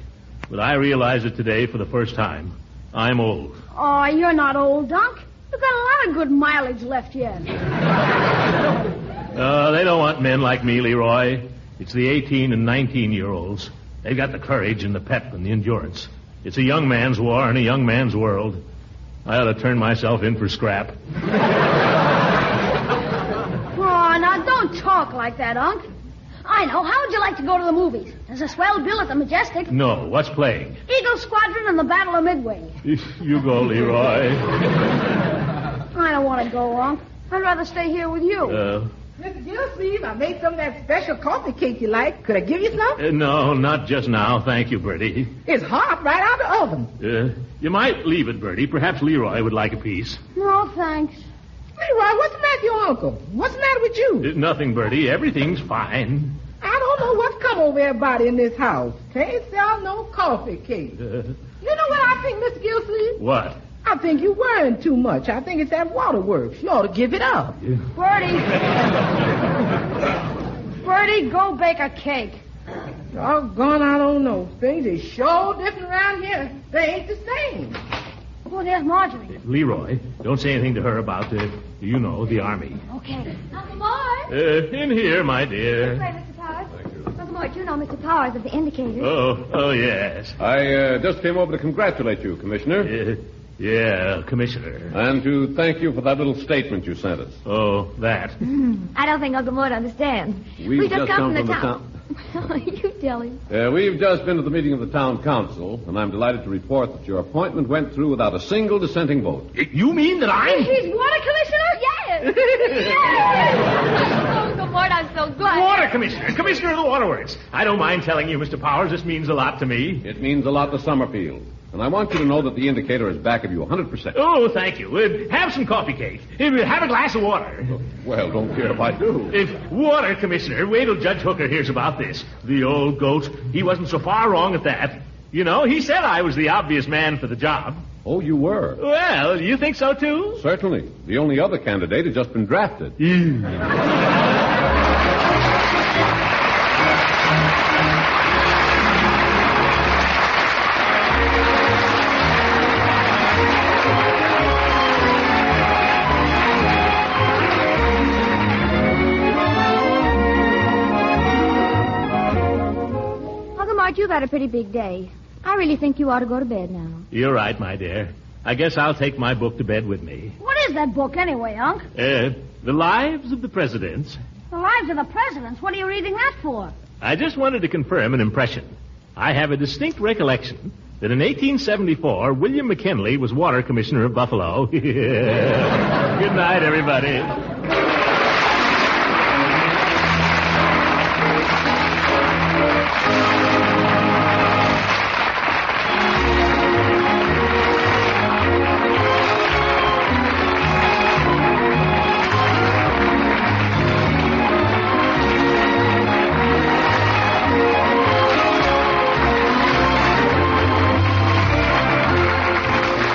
S6: But I realize it today for the first time. I'm old.
S9: Oh, you're not old, Dunk. You've got a lot of good mileage left yet.
S6: Uh, they don't want men like me, Leroy. It's the 18 and 19 year olds. They've got the courage and the pep and the endurance. It's a young man's war and a young man's world. I ought to turn myself in for scrap.
S9: Oh, now don't talk like that, Unc. I know. How would you like to go to the movies? There's a swell bill at the Majestic.
S6: No, what's playing?
S9: Eagle Squadron and the Battle of Midway.
S6: You go, Leroy.
S9: I don't want to go, Unc. I'd rather stay here with you.
S6: Uh,
S11: Mr. Gillespie, I made some of that special coffee cake you like. Could I give you some?
S6: Uh, No, not just now. Thank you, Bertie.
S11: It's hot right out of the oven.
S6: Uh, you might leave it, Bertie. Perhaps Leroy would like a piece.
S9: No, thanks.
S11: Leroy, what's the matter with your uncle? What's the matter with you?
S6: Uh, nothing, Bertie. Everything's fine.
S11: I don't know what's come over everybody in this house. Can't sell no coffee cake.
S6: Uh,
S11: You know what I think, Mr. Gillespie?
S6: what?
S11: I think you're worrying too much. I think it's that waterworks. You ought to give it up.
S9: Bertie. Bertie, go bake a cake.
S11: Doggone, I don't know. Things are sure different around here. They ain't the same.
S9: Oh, there's Marjorie.
S6: Leroy, don't say anything to her about, uh, you know, the Army.
S9: Okay. Uncle Mort.
S6: Uh, in here, my dear.
S9: Mr. Powers. Thank you. Uncle Mort, you know Mr. Powers of the Indicator.
S6: Oh, oh, yes. Uh,
S23: I uh, just came over to congratulate you, Commissioner.
S6: yeah, Commissioner.
S23: And to thank you for that little statement you sent us.
S6: Oh, that.
S9: Hmm. I don't think Uncle Mort understands.
S23: We've just come from the
S9: you tell him.
S23: Uh, we've just been to the meeting of the town council, and I'm delighted to report that your appointment went through without a single dissenting vote.
S6: You mean that
S9: He's water commissioner? Yes. yes. Uncle Mort, I'm so glad.
S6: Water Commissioner, Commissioner of the Waterworks. I don't mind telling you, Mr. Powers, this means a lot to me.
S23: It means a lot to Summerfield. And I want you to know that the indicator is back of you 100%.
S6: Oh, thank you. Uh, have some coffee cake. Uh, have a glass of water.
S23: Well, don't care if I do.
S6: If water, Commissioner, wait till Judge Hooker hears about this. The old goat. He wasn't so far wrong at that. You know, he said I was the obvious man for the job.
S23: Oh, you were?
S6: Well, you think so too?
S23: Certainly. The only other candidate had just been drafted.
S5: Uncle Mort, you've had a pretty big day. I really think you ought to go to bed now.
S6: You're right, my dear. I guess I'll take my book to bed with me.
S9: What is that book anyway, Unc?
S6: Uh, the Lives of the Presidents.
S9: The Lives of the Presidents. What are you reading that for?
S6: I just wanted to confirm an impression. I have a distinct recollection that in 1874, William McKinley was water commissioner of Buffalo. Good night, everybody.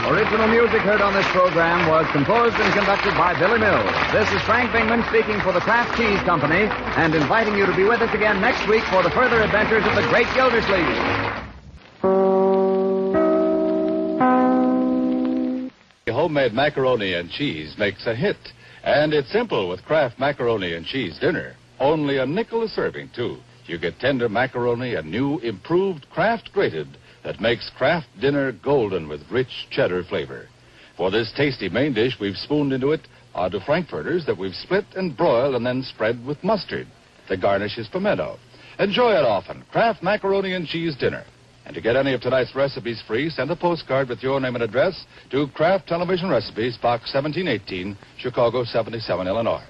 S16: Original music heard on this program was composed and conducted by Billy Mills. This is Frank Bingman speaking for the Kraft Cheese Company and inviting you to be with us again next week for the further adventures of the Great Gildersleeve.
S3: Homemade macaroni and cheese makes a hit, and it's simple with Kraft macaroni and cheese dinner. Only a nickel a serving, too. You get tender macaroni, a new improved Kraft grated that makes Kraft dinner golden with rich cheddar flavor. For this tasty main dish, we've spooned into it our de frankfurters that we've split and broiled and then spread with mustard. The garnish is pimento. Enjoy it often. Kraft macaroni and cheese dinner. And to get any of tonight's recipes free, send a postcard with your name and address to Kraft Television Recipes, Box 1718, Chicago 77, Illinois.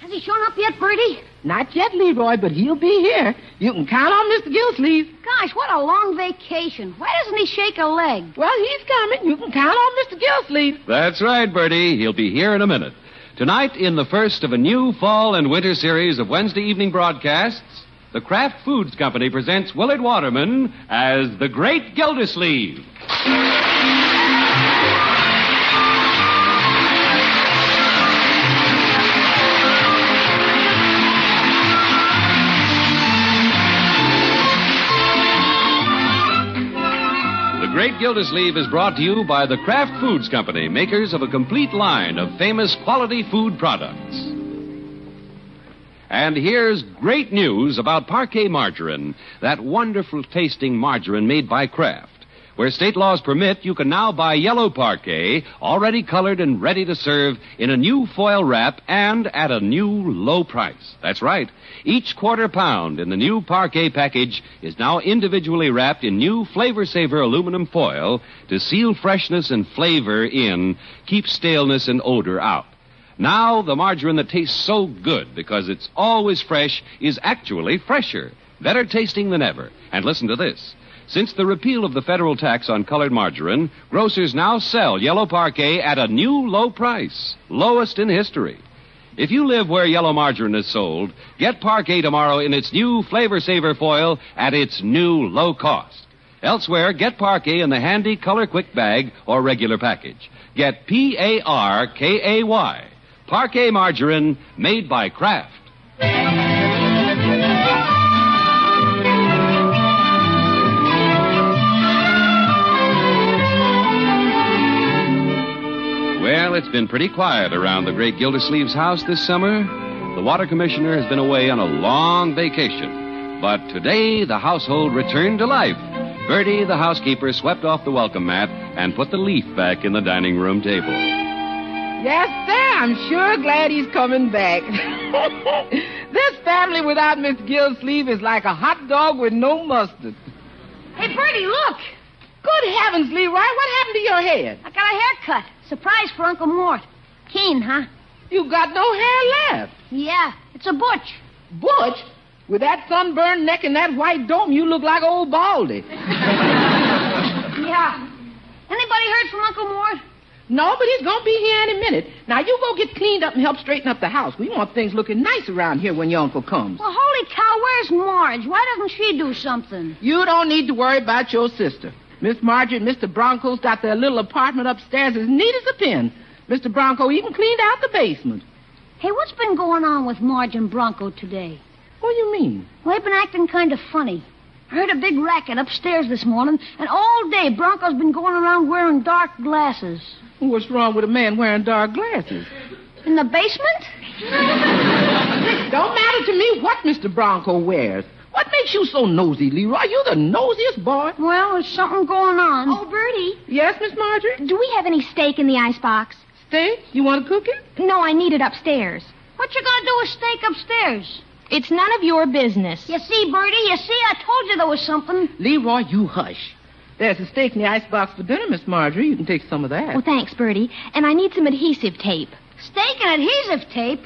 S9: Has he shown up yet, Bertie?
S11: Not yet, Leroy, but he'll be here. You can count on Mr. Gillsleeve.
S9: Gosh, what a long vacation. Why doesn't he shake a leg?
S11: Well, he's coming. You can count on Mr. Gillsleeve.
S25: That's right, Bertie. He'll be here in a minute. Tonight, in the first of a new fall and winter series of Wednesday evening broadcasts, the Kraft Foods Company presents Willard Waterman as the Great Gildersleeve. The Great Gildersleeve is brought to you by the Kraft Foods Company, makers of a complete line of famous quality food products. And here's great news about parquet margarine, that wonderful tasting margarine made by Kraft. Where state laws permit, you can now buy yellow parquet, already colored and ready to serve, in a new foil wrap and at a new low price. That's right. Each quarter pound in the new parquet package is now individually wrapped in new Flavor Saver aluminum foil to seal freshness and flavor in, keep staleness and odor out. Now, the margarine that tastes so good because it's always fresh is actually fresher, better tasting than ever. And listen to this. Since the repeal of the federal tax on colored margarine, grocers now sell yellow parquet at a new low price, lowest in history. If you live where yellow margarine is sold, get parquet tomorrow in its new flavor saver foil at its new low cost. Elsewhere, get parquet in the handy color quick bag or regular package. Get P A R K A Y. Parquet margarine made by Kraft. Well, it's been pretty quiet around the great Gildersleeve's house this summer. The water commissioner has been away on a long vacation. But today, the household returned to life. Bertie, the housekeeper, swept off the welcome mat and put the leaf back in the dining room table.
S11: Yes, sir. I'm sure glad he's coming back. this family without Miss Gillsleeve is like a hot dog with no mustard.
S9: Hey, Bertie, look.
S11: Good heavens, Leroy. What happened to your hair?
S9: I got a haircut. Surprise for Uncle Mort. Keen, huh?
S11: You got no hair left.
S9: Yeah, it's a butch.
S11: Butch? With that sunburned neck and that white dome, you look like old Baldy.
S9: Yeah. Anybody heard from Uncle Mort?
S11: No, but he's going to be here any minute. Now, you go get cleaned up and help straighten up the house. We want things looking nice around here when your uncle comes.
S9: Well, holy cow, where's Marge? Why doesn't she do something?
S11: You don't need to worry about your sister. Miss Margie and Mr. Bronco's got their little apartment upstairs as neat as a pin. Mr. Bronco even cleaned out the basement.
S9: Hey, what's been going on with Marge and Bronco today?
S11: What do you mean?
S9: Well, they've been acting kind of funny. I heard a big racket upstairs this morning, and all day Bronco's been going around wearing dark glasses.
S11: What's wrong with a man wearing dark glasses?
S9: In the basement?
S11: Don't matter to me what Mr. Bronco wears. What makes you so nosy, Leroy? You're the nosiest boy.
S9: Well, there's something going on.
S11: Oh,
S9: Bertie.
S11: Yes, Miss Marjorie?
S26: Do we have any steak in the icebox?
S11: Steak? You want to cook it?
S26: No, I need it upstairs.
S9: What you gonna do with steak upstairs?
S26: It's none of your business.
S9: You see, Bertie, you see, I told you there was something.
S11: Leroy, you hush. There's a steak in the icebox for dinner, Miss Marjorie. You can take some of that.
S26: Well, thanks, Bertie. And I need some adhesive tape.
S9: Steak and adhesive tape?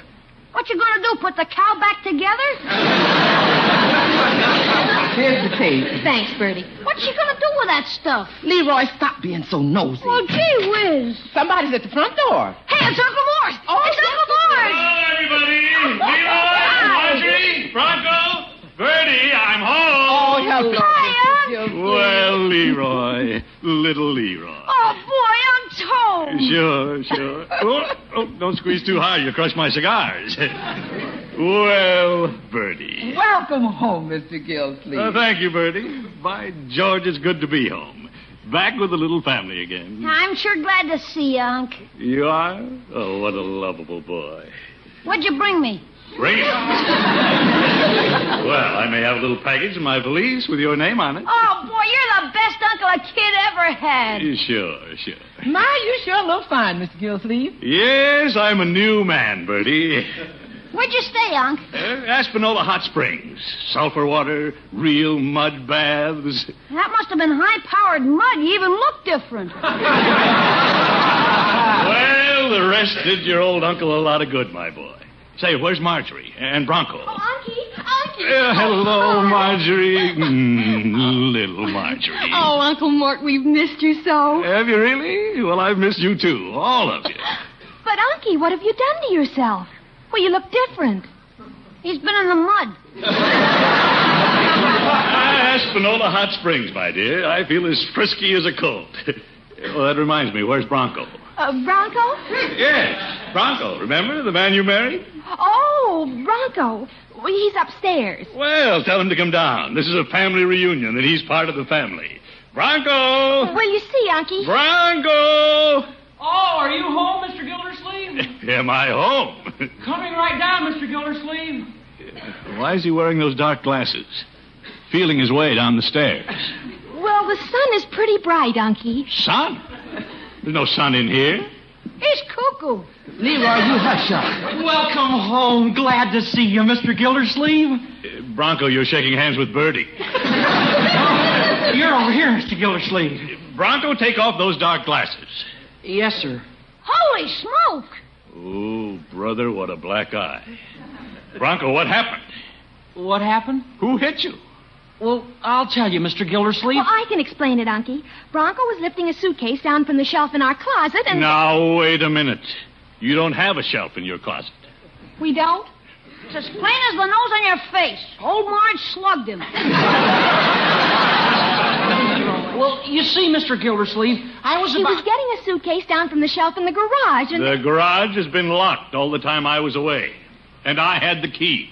S9: What you gonna do, put the cow back together?
S11: Here's the tape.
S26: Thanks, Bertie.
S9: What's she gonna do with that stuff?
S11: Leroy, stop being so nosy.
S9: Well, gee whiz.
S11: Somebody's at the front door.
S9: Hey, it's Uncle Mort!
S11: Oh,
S9: it's Uncle Mort!
S13: Hello, everybody. Leroy, Marjorie, Bronco, Bertie, I'm
S11: Oh,
S13: home.
S11: hello.
S9: Hiya.
S11: Mr. Gillsleeve.
S13: Well, Leroy, little Leroy.
S9: Oh, boy, I'm told.
S13: Sure, sure. Oh, oh, don't squeeze too hard. You'll crush my cigars. well, Bertie.
S11: Welcome home, Mr. Gillsleeve.
S13: Uh, thank you, Bertie. By George, it's good to be home. Back with the little family again.
S9: I'm sure glad to see you, Unc.
S13: You are? Oh, what a lovable boy.
S9: What'd you bring me?
S13: Ring it. Well, I may have a little package in my valise with your name on it.
S10: Oh, boy, you're the best uncle a kid ever had.
S13: Sure, sure.
S27: My, you sure look fine, Mr. Gillsleeve.
S13: Yes, I'm a new man, Bertie.
S10: Where'd you stay, Unc?
S13: Uh, Aspinola Hot Springs. Sulfur water, real mud baths.
S10: That must have been high-powered mud. You even look different.
S13: Well, the rest did your old uncle a lot of good, my boy. Say, where's Marjorie and Bronco?
S10: Unky,
S13: Uh, hello, Marjorie. Mm, little Marjorie.
S26: Oh, Uncle Mort, we've missed you so.
S13: Have you really? Well, I've missed you too, all of you.
S26: But, Unky, what have you done to yourself? Well, you look different.
S10: He's been in the mud.
S13: Ah, Espanola Hot Springs, my dear. I feel as frisky as a colt. well, that reminds me, where's Bronco?
S26: Uh, Bronco?
S13: Yes, Bronco. Remember the man you married?
S26: Oh, Bronco. Well, He's upstairs.
S13: Well, tell him to come down. This is a family reunion, and he's part of the family. Bronco!
S26: Well, you see, Unky.
S13: Bronco!
S7: Oh, are you home, Mr. Gildersleeve?
S13: Am I home?
S7: Coming right down, Mr. Gildersleeve.
S13: Why is he wearing those dark glasses? Feeling his way down the stairs.
S26: Well, the sun is pretty bright, Unky.
S13: Sun? There's no sun in here.
S10: He's cuckoo.
S7: Leroy, you hush up. Welcome home. Glad to see you, Mr. Gildersleeve.
S13: Bronco, you're shaking hands with Birdie.
S7: You're over here, Mr. Gildersleeve.
S13: Bronco, take off those dark glasses.
S7: Yes, sir.
S10: Holy smoke!
S13: Oh, brother, what a black eye. Bronco, what happened?
S7: What happened?
S13: Who hit you?
S7: Well, I'll tell you, Mr. Gildersleeve.
S26: Well, I can explain it, Unky. Bronco was lifting a suitcase down from the shelf in our closet and.
S13: Now, wait a minute. You don't have a shelf in your closet.
S10: We don't? It's as plain as the nose on your face. Old Marge slugged him.
S7: Well, you see, Mr. Gildersleeve, I was
S26: He was getting a suitcase down from the shelf in the garage and.
S13: The garage has been locked all the time I was away, and I had the key.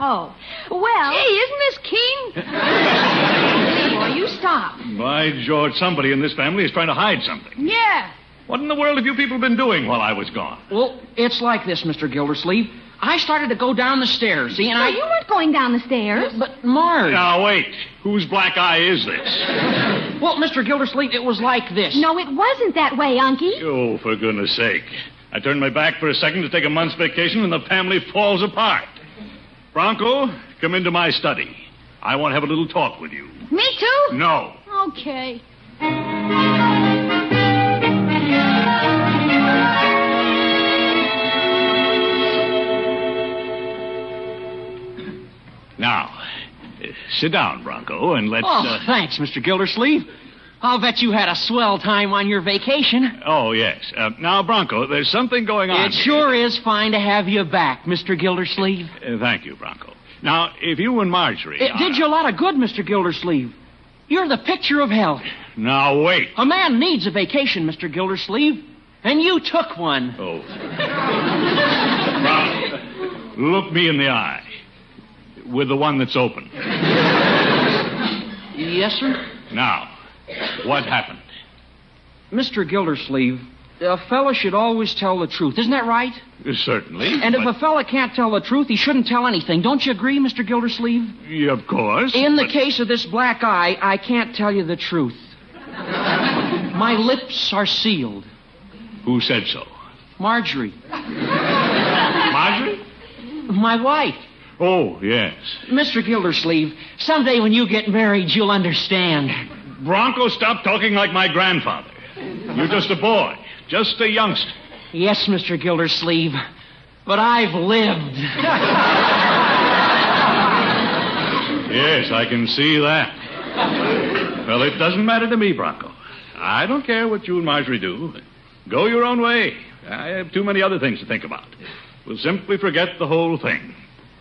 S26: Oh. Well.
S10: Gee, isn't this keen? Leroy, you stop.
S13: By George, somebody in this family is trying to hide something.
S7: Yeah.
S13: What in the world have you people been doing while I was gone?
S7: Well, it's like this, Mr. Gildersleeve. I started to go down the stairs, see, and
S26: Well,
S7: I.
S26: you weren't going down the stairs.
S7: But, Marge.
S13: Now, wait. Whose black eye is this?
S7: Well, Mr. Gildersleeve, it was like this.
S26: No, it wasn't that way, Unky.
S13: Oh, for goodness sake. I turned my back for a second to take a month's vacation, and the family falls apart. Bronco, come into my study. I want to have a little talk with you.
S10: Me too?
S13: No.
S10: Okay.
S13: Now, uh, sit down, Bronco, and let's.
S7: oh,
S13: uh,
S7: thanks, Mr. Gildersleeve. I'll bet you had a swell time on your vacation.
S13: Oh, yes. Uh, now, Bronco, there's something going on.
S7: It sure is fine to have you back, Mr. Gildersleeve.
S13: Uh, thank you, Bronco. Now, if you and Marjorie.
S7: It
S13: are-
S7: did you a lot of good, Mr. Gildersleeve. You're the picture of health.
S13: Now, wait.
S7: A man needs a vacation, Mr. Gildersleeve, and you took one.
S13: Oh. Look me in the eye. With the one that's open.
S7: Yes, sir?
S13: Now, what happened?
S7: Mr. Gildersleeve, a fella should always tell the truth. Isn't that right?
S13: Certainly.
S7: And if
S13: but-
S7: a fella can't tell the truth, he shouldn't tell anything. Don't you agree, Mr. Gildersleeve?
S13: Yeah, of course.
S7: In the
S13: but-
S7: case of this black eye, I can't tell you the truth. My lips are sealed.
S13: Who said so?
S7: Marjorie,
S13: Marjorie?
S7: my wife.
S13: Oh, yes.
S7: Mr. Gildersleeve, someday when you get married, you'll understand.
S13: Bronco, stop talking like my grandfather. You're just a boy, just a youngster.
S7: Yes, Mr. Gildersleeve, but I've lived.
S13: Yes, I can see that. Well, it doesn't matter to me, Bronco. I don't care what you and Marjorie do. Go your own way. I have too many other things to think about. We'll simply forget the whole thing.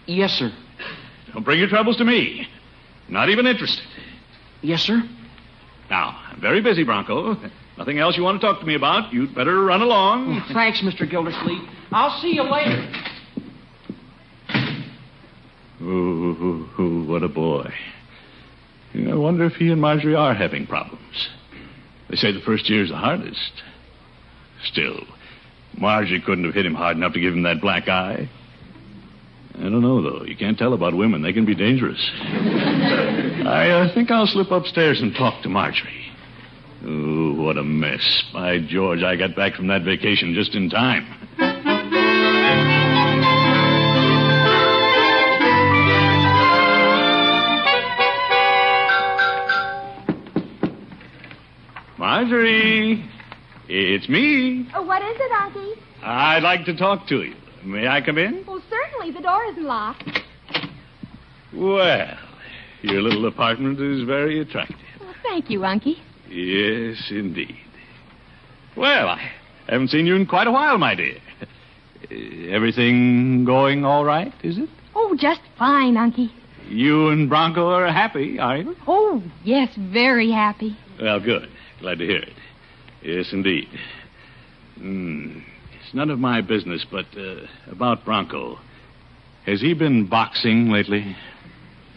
S7: Yes, sir.
S13: Don't bring your troubles to me. Not even interested.
S7: Yes, sir?
S13: Now, I'm very busy, Bronco. Nothing else you want to talk to me about? You'd better run along.
S7: Thanks, Mr. Gildersleeve. I'll see you later.
S13: Ooh, ooh, ooh, ooh, what a boy. You know, I wonder if he and Marjorie are having problems. They say the first year's the hardest. Still, Marjorie couldn't have hit him hard enough to give him that black eye. Uh, I don't know, though. You can't tell about women. They can be dangerous. I uh, think I'll slip upstairs and talk to Marjorie. Ooh, what a mess. By George, I got back from that vacation just in time. Marjorie, it's me.
S26: Oh, what is it, Unky?
S13: I'd like to talk to you. May I come in?
S26: Well, certainly. The door isn't locked.
S13: Well, your little apartment is very attractive.
S26: Well, thank you, Unky.
S13: Yes, indeed. Well, I haven't seen you in quite a while, my dear. Uh, Everything going all right, is it?
S26: Oh, just fine, Unky.
S13: You and Bronco are happy, are you?
S26: Oh, yes, very happy.
S13: Well, good. Glad to hear it. Yes, indeed. Hmm. It's none of my business, but uh, about Bronco. Has he been boxing lately?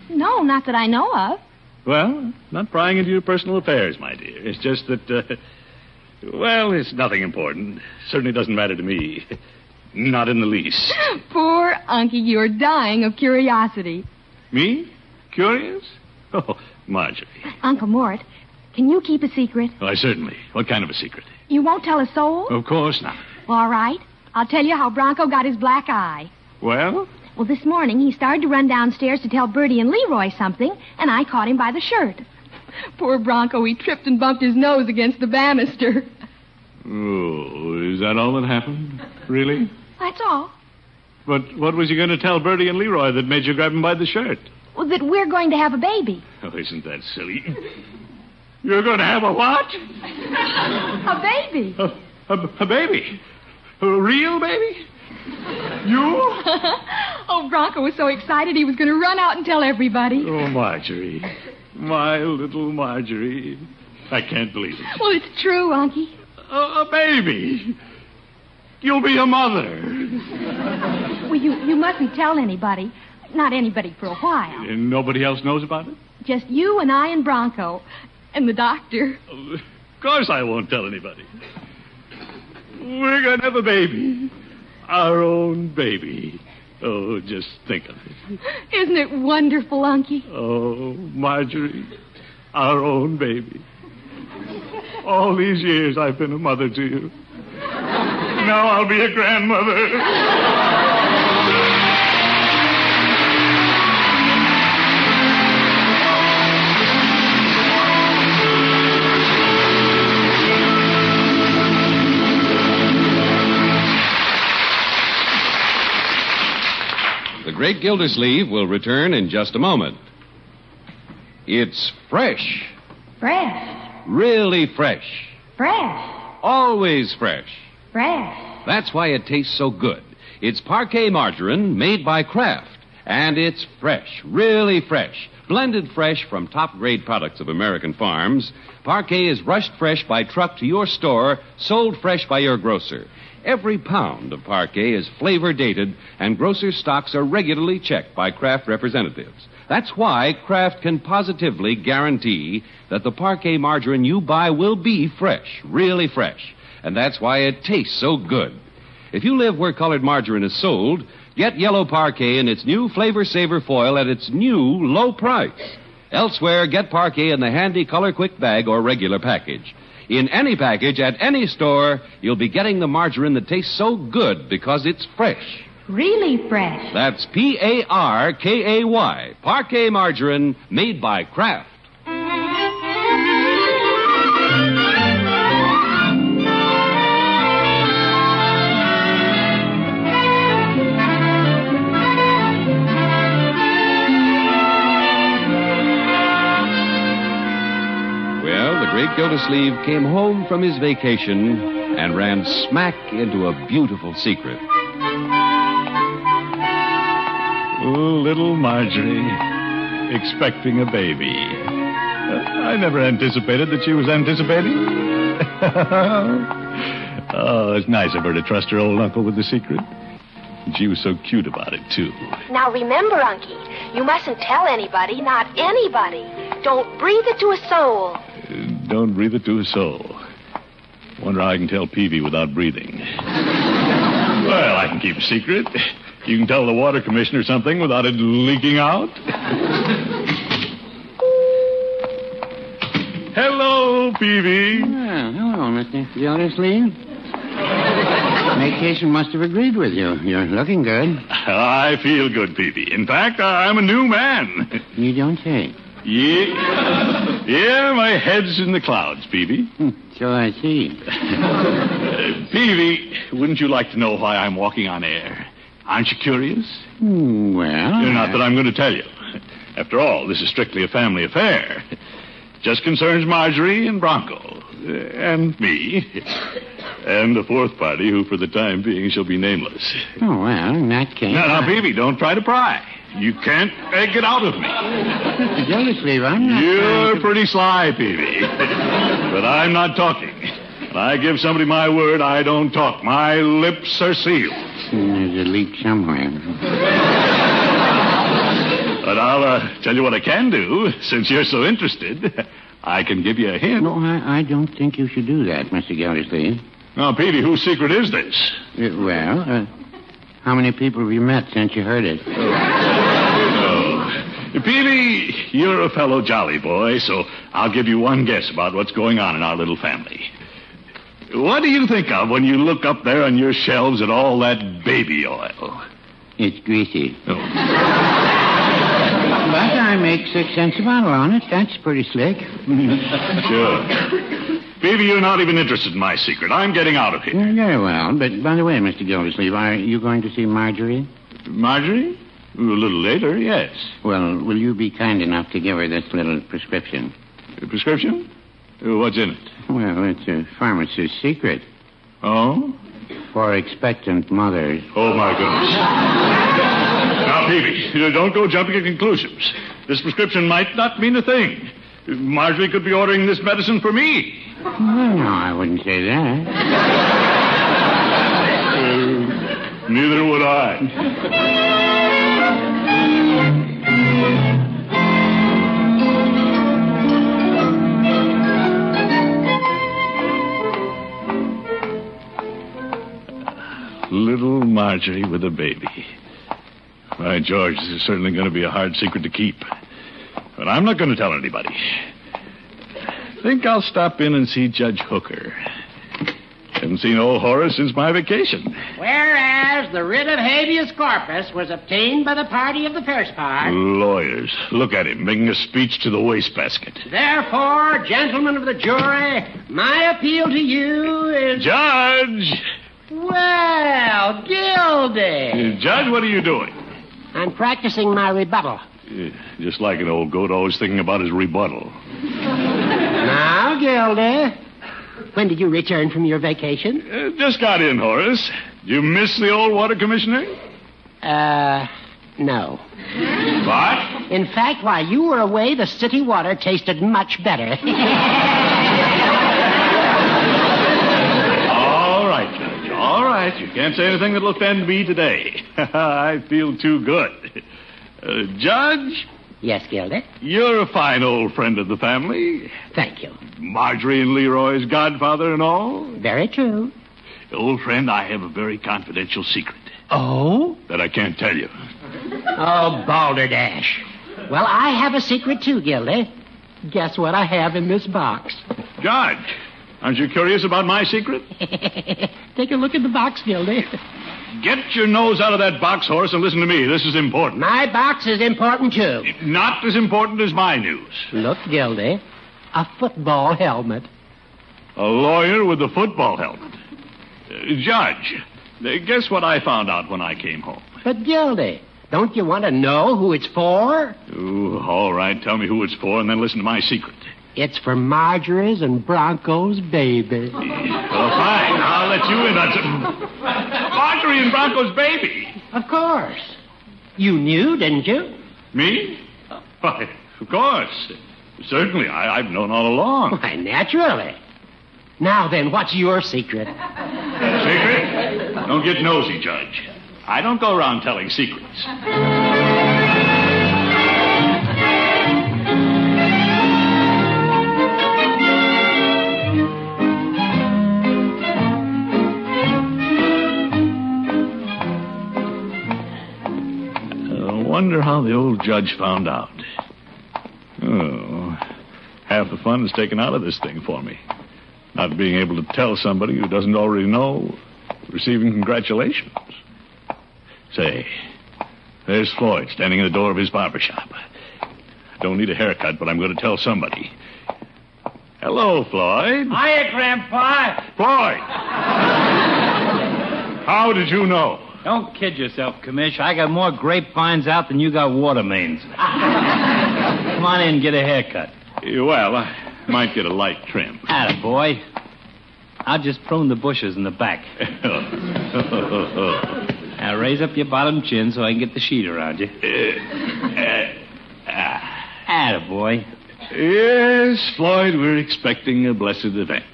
S26: No, not that I know of.
S13: Well, not prying into your personal affairs, my dear. It's just that, uh, well, it's nothing important. Certainly doesn't matter to me. Not in the least.
S26: Poor Unky, you're dying of curiosity.
S13: Me? Curious? Oh, Marjorie.
S26: Uncle Mort, can you keep a secret?
S13: Why, certainly. What kind of a secret?
S26: You won't tell a soul?
S13: Of course not.
S26: All right. I'll tell you how Bronco got his black eye.
S13: Well?
S26: Well, this morning he started to run downstairs to tell Bertie and Leroy something, and I caught him by the shirt. Poor Bronco, he tripped and bumped his nose against the banister.
S13: Oh, is that all that happened? Really?
S26: That's all.
S13: But what was you going to tell Bertie and Leroy that made you grab him by the shirt?
S26: Well, that we're going to have a baby.
S13: Oh, isn't that silly? You're going to have a what?
S26: a baby.
S13: A, a, a baby? A real baby? You?
S26: oh, Bronco was so excited he was going to run out and tell everybody.
S13: Oh, Marjorie. My little Marjorie. I can't believe it.
S26: Well, it's true, Unky.
S13: A, a baby. You'll be a mother.
S26: Well, you, you mustn't tell anybody. Not anybody for a while.
S13: And nobody else knows about it?
S26: Just you and I and Bronco. And the doctor.
S13: Of course I won't tell anybody. We're going to have a baby. Our own baby. Oh, just think of it.
S26: Isn't it wonderful, Unky?
S13: Oh, Marjorie, our own baby. All these years I've been a mother to you. Now I'll be a grandmother.
S25: The Great Gildersleeve will return in just a moment. It's fresh,
S8: Fresh,
S25: really fresh,
S8: fresh,
S25: always fresh.
S8: fresh.
S25: That's why it tastes so good. It's parquet margarine made by Kraft, and it's fresh, really fresh. Blended fresh from top grade products of American farms, parquet is rushed fresh by truck to your store, sold fresh by your grocer. Every pound of parquet is flavor dated, and grocer stocks are regularly checked by Kraft representatives. That's why Kraft can positively guarantee that the parquet margarine you buy will be fresh, really fresh. And that's why it tastes so good. If you live where colored margarine is sold, get yellow parquet in its new flavor saver foil at its new low price. Elsewhere, get parquet in the handy color quick bag or regular package. In any package at any store, you'll be getting the margarine that tastes so good because it's fresh.
S8: Really fresh.
S25: That's P A R K A Y, parquet margarine made by Kraft. Well, the great Gildersleeve came home from his vacation and ran smack into a beautiful secret.
S13: Oh, little Marjorie, expecting a baby. Uh, I never anticipated that she was anticipating. oh, it's nice of her to trust her old uncle with the secret. And she was so cute about it, too.
S26: Now remember, Unky, you mustn't tell anybody, not anybody. Don't breathe it to a soul.
S13: Don't breathe it to a soul. Wonder how I can tell Peavy without breathing. well, I can keep a secret. You can tell the water commissioner something without it leaking out. Hello, Peavy.
S14: hello, Mr. Gildersleeve. Vacation must have agreed with you. You're looking good.
S13: I feel good, Peavy. In fact, I'm a new man.
S14: You don't say.
S13: Yeah, yeah my head's in the clouds, Peavy.
S14: Hmm, So I see.
S13: Uh, Peavy, wouldn't you like to know why I'm walking on air? Aren't you curious?
S14: Hmm, Well.
S13: Not
S14: I-
S13: that I'm going to tell you. After all, this is strictly a family affair. Just concerns Marjorie and Bronco. uh, And me. And a fourth party who, for the time being, shall be nameless.
S14: Oh, well, in that case.
S13: Now, now, Peavy, don't try to pry. You can't egg it out of me.
S14: Gildersleeve, I'm not.
S13: You're pretty sly, Peavy. but I'm not talking. When I give somebody my word, I don't talk. My lips are sealed.
S14: Hmm, There's a leak somewhere.
S13: But I'll uh, tell you what I can do, since you're so interested. I can give you a hint.
S14: No, I, I don't think you should do that, Mr. Gildersleeve.
S13: Now, Peavy, whose secret is this?
S14: Uh, well, uh, how many people have you met since you heard it?
S13: Oh, Peavy, you're a fellow jolly boy, so I'll give you one guess about what's going on in our little family. What do you think of when you look up there on your shelves at all that baby oil?
S14: It's greasy.
S13: Oh.
S14: But I make six cents a bottle on it. That's pretty slick.
S13: Sure. Peavy, you're not even interested in my secret. I'm getting out of here.
S14: Very well. But by the way, Mr. Gildersleeve, are you going to see Marjorie?
S13: Marjorie? A little later, yes.
S14: Well, will you be kind enough to give her this little prescription?
S13: A prescription? Uh, What's in it?
S14: Well, it's a pharmacist's secret.
S13: Oh?
S14: For expectant mothers.
S13: Oh, my goodness. Now, Peavy, you don't go jumping at conclusions. This prescription might not mean a thing. Marjorie could be ordering this medicine for me.
S14: Well, no, I wouldn't say that.
S13: Neither would I. Little Marjorie with a baby. By George, this is certainly going to be a hard secret to keep. But I'm not going to tell anybody. Think I'll stop in and see Judge Hooker. Haven't seen old Horace since my vacation.
S8: Whereas the writ of habeas corpus was obtained by the party of the first part,
S13: Lawyers. Look at him making a speech to the wastebasket.
S8: therefore, gentlemen of the jury, my appeal to you is.
S13: Judge!
S8: Well, Gildy!
S13: Judge, what are you doing?
S8: I'm practicing my rebuttal.
S13: Eh, Just like an old goat always thinking about his rebuttal.
S8: Now, Gildy, when did you return from your vacation?
S13: Eh, Just got in, Horace. You miss the old water commissioner?
S8: Uh, no.
S13: What?
S8: In fact, while you were away, the city water tasted much better.
S13: All right, Judge. All right. You can't say anything that'll offend me today. I feel too good. Uh, Judge?
S8: Yes, Gildy?
S13: You're a fine old friend of the family.
S8: Thank you.
S13: Marjorie and Leroy's godfather and all.
S8: Very true.
S13: Old friend, I have a very confidential secret
S8: Oh?
S13: that I can't tell you.
S8: Oh, balderdash. Well, I have a secret too, Gildy. Guess what I have in this box?
S13: Judge, aren't you curious about my secret?
S8: Take a look at the box, Gildy.
S13: Get your nose out of that box, Horace, and listen to me. This is important.
S8: My box is important too.
S13: Not as important as my news.
S8: Look, Gildy. A football helmet.
S13: A lawyer with a football helmet. Uh, judge, uh, guess what I found out when I came home?
S8: But, Gildy, don't you want to know who it's for?
S13: Ooh, all right, tell me who it's for, and then listen to my secret.
S8: It's for Marjorie's and Bronco's baby.
S13: Well, fine. I'll let you in on some. Marjorie and Bronco's baby.
S8: Of course. You knew, didn't you?
S13: Me? Why, of course. Certainly, I, I've known all along.
S8: Why, naturally. Now then, what's your secret?
S13: Secret? Don't get nosy, Judge. I don't go around telling secrets. Uh, wonder how the old judge found out. Oh, half the fun is taken out of this thing for me. Not being able to tell somebody who doesn't already know, receiving congratulations. Say, there's Floyd standing in the door of his barber shop. I don't need a haircut, but I'm going to tell somebody. Hello, Floyd.
S28: Hiya, Grandpa.
S13: Floyd, how did you know?
S28: Don't kid yourself, Commish. I got more grapevines out than you got water mains. Come on in and get a haircut.
S13: Eh, Well, I might get a light trim.
S28: Atta boy. I'll just prune the bushes in the back. now raise up your bottom chin so I can get the sheet around you.
S13: Eh, ah.
S28: Atta boy.
S13: Yes, Floyd, we're expecting a blessed event.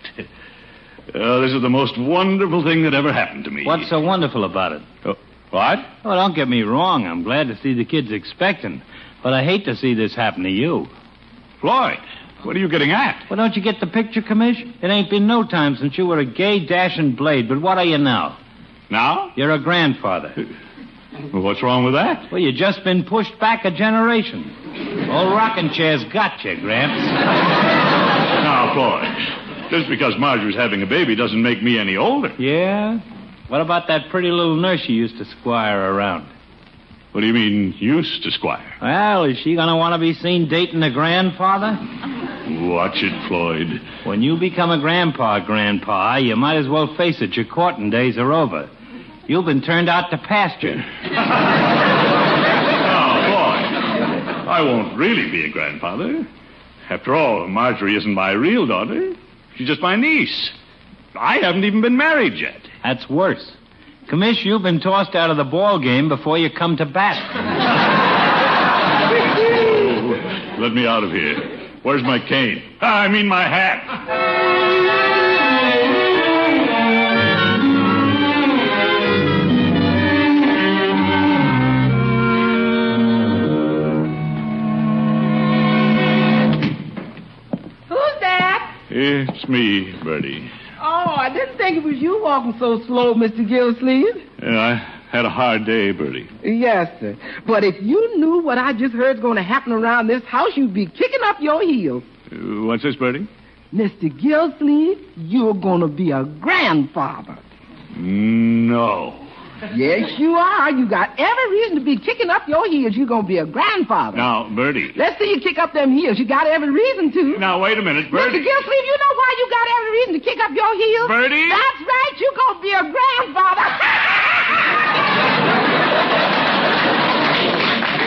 S13: Uh, this is the most wonderful thing that ever happened to me.
S28: What's so wonderful about it?
S13: Uh, what?
S28: Oh, don't get me wrong. I'm glad to see the kids expecting, but I hate to see this happen to you.
S13: Floyd, what are you getting at?
S28: Well, don't you get the picture, Commission? It ain't been no time since you were a gay, dashing blade, but what are you now?
S13: Now?
S28: You're a grandfather.
S13: What's wrong with that?
S28: Well, you just been pushed back a generation. Old rocking chair's got you, Gramps.
S13: Now, Floyd, just because Marjorie's having a baby doesn't make me any older.
S28: Yeah? What about that pretty little nurse you used to squire around?
S13: What do you mean, used to squire?
S28: Well, is she gonna want to be seen dating a grandfather?
S13: Watch it, Floyd.
S28: When you become a grandpa, grandpa, you might as well face it. Your courting days are over. You've been turned out to pasture.
S13: I won't really be a grandfather. After all, Marjorie isn't my real daughter. She's just my niece. I haven't even been married yet.
S28: That's worse. Commish, you've been tossed out of the ball game before you come to bat.
S13: Oh, let me out of here. Where's my cane? Ah, I mean, my hat.
S11: Who's that?
S13: It's me, Bertie.
S11: Oh, I didn't think it was you walking so slow, Mr. Gillsleeve.
S13: Yeah, I had a hard day, Bertie.
S11: Yes, sir. But if you knew what I just heard's going to happen around this house, you'd be kicking up your heels.
S13: Uh, What's this, Bertie?
S11: Mr. Gillsleeve, you're going to be a grandfather.
S13: No.
S11: Yes, you are. You got every reason to be kicking up your heels. You're going to be a grandfather.
S13: Now, Bertie.
S11: Let's see you kick up them heels. You got every reason to.
S13: Now, wait a minute,
S11: Mr.
S13: Bertie.
S11: Gillsleeve, you know why you got every reason to kick up your heels?
S13: Bertie?
S11: That's right. You're going to be a grandfather.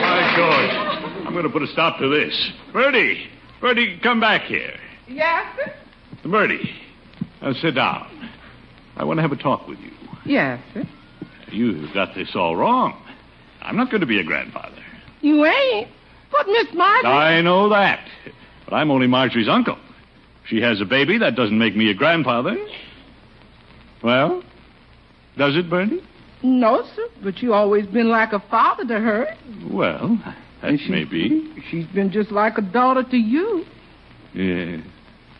S13: My George, I'm going to put a stop to this. Bertie, Bertie, come back here.
S11: yes, sir.
S13: Bertie, now sit down. I want to have a talk with you.
S11: Yes, sir.
S13: You've got this all wrong. I'm not going to be a grandfather.
S11: You ain't. But Miss Marjorie.
S13: I know that. But I'm only Marjorie's uncle. She has a baby. That doesn't make me a grandfather. Well, does it, Bertie?
S11: No, sir. But you always been like a father to her.
S13: Well, that may be.
S11: She's been just like a daughter to you.
S13: Yeah.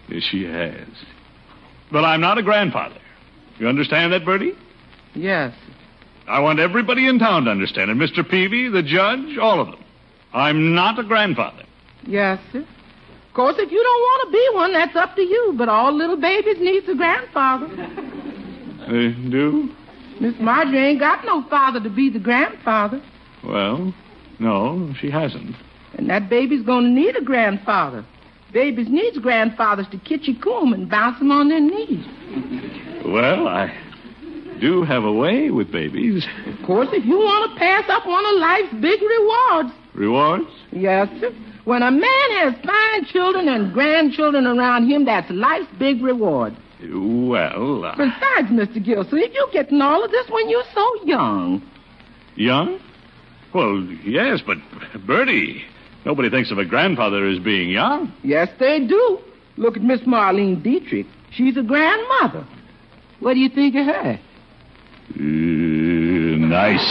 S13: Yes, she has. But I'm not a grandfather. You understand that, Bertie?
S11: Yes.
S13: I want everybody in town to understand it. Mr. Peavy, the judge, all of them. I'm not a grandfather.
S11: Yes, sir. Of course, if you don't want to be one, that's up to you. But all little babies needs a grandfather.
S13: They Uh, do?
S11: Miss Marjorie ain't got no father to be the grandfather.
S13: Well, no, she hasn't.
S11: And that baby's going to need a grandfather. Babies needs grandfathers to kitchy comb and bounce them on their knees.
S13: Well, I do have a way with babies.
S11: Of course, if you want to pass up one of life's big rewards,
S13: Rewards?
S11: Yes, sir. When a man has fine children and grandchildren around him, that's life's big reward.
S13: Well, uh,
S11: Besides, Mr. Gilsleeve, you're getting all of this when you're so young.
S13: young? Well, yes, but Bertie, nobody thinks of a grandfather as being young.
S11: Yes, they do. Look at Miss Marlene Dietrich. She's a grandmother. What do you think of her?
S13: nice.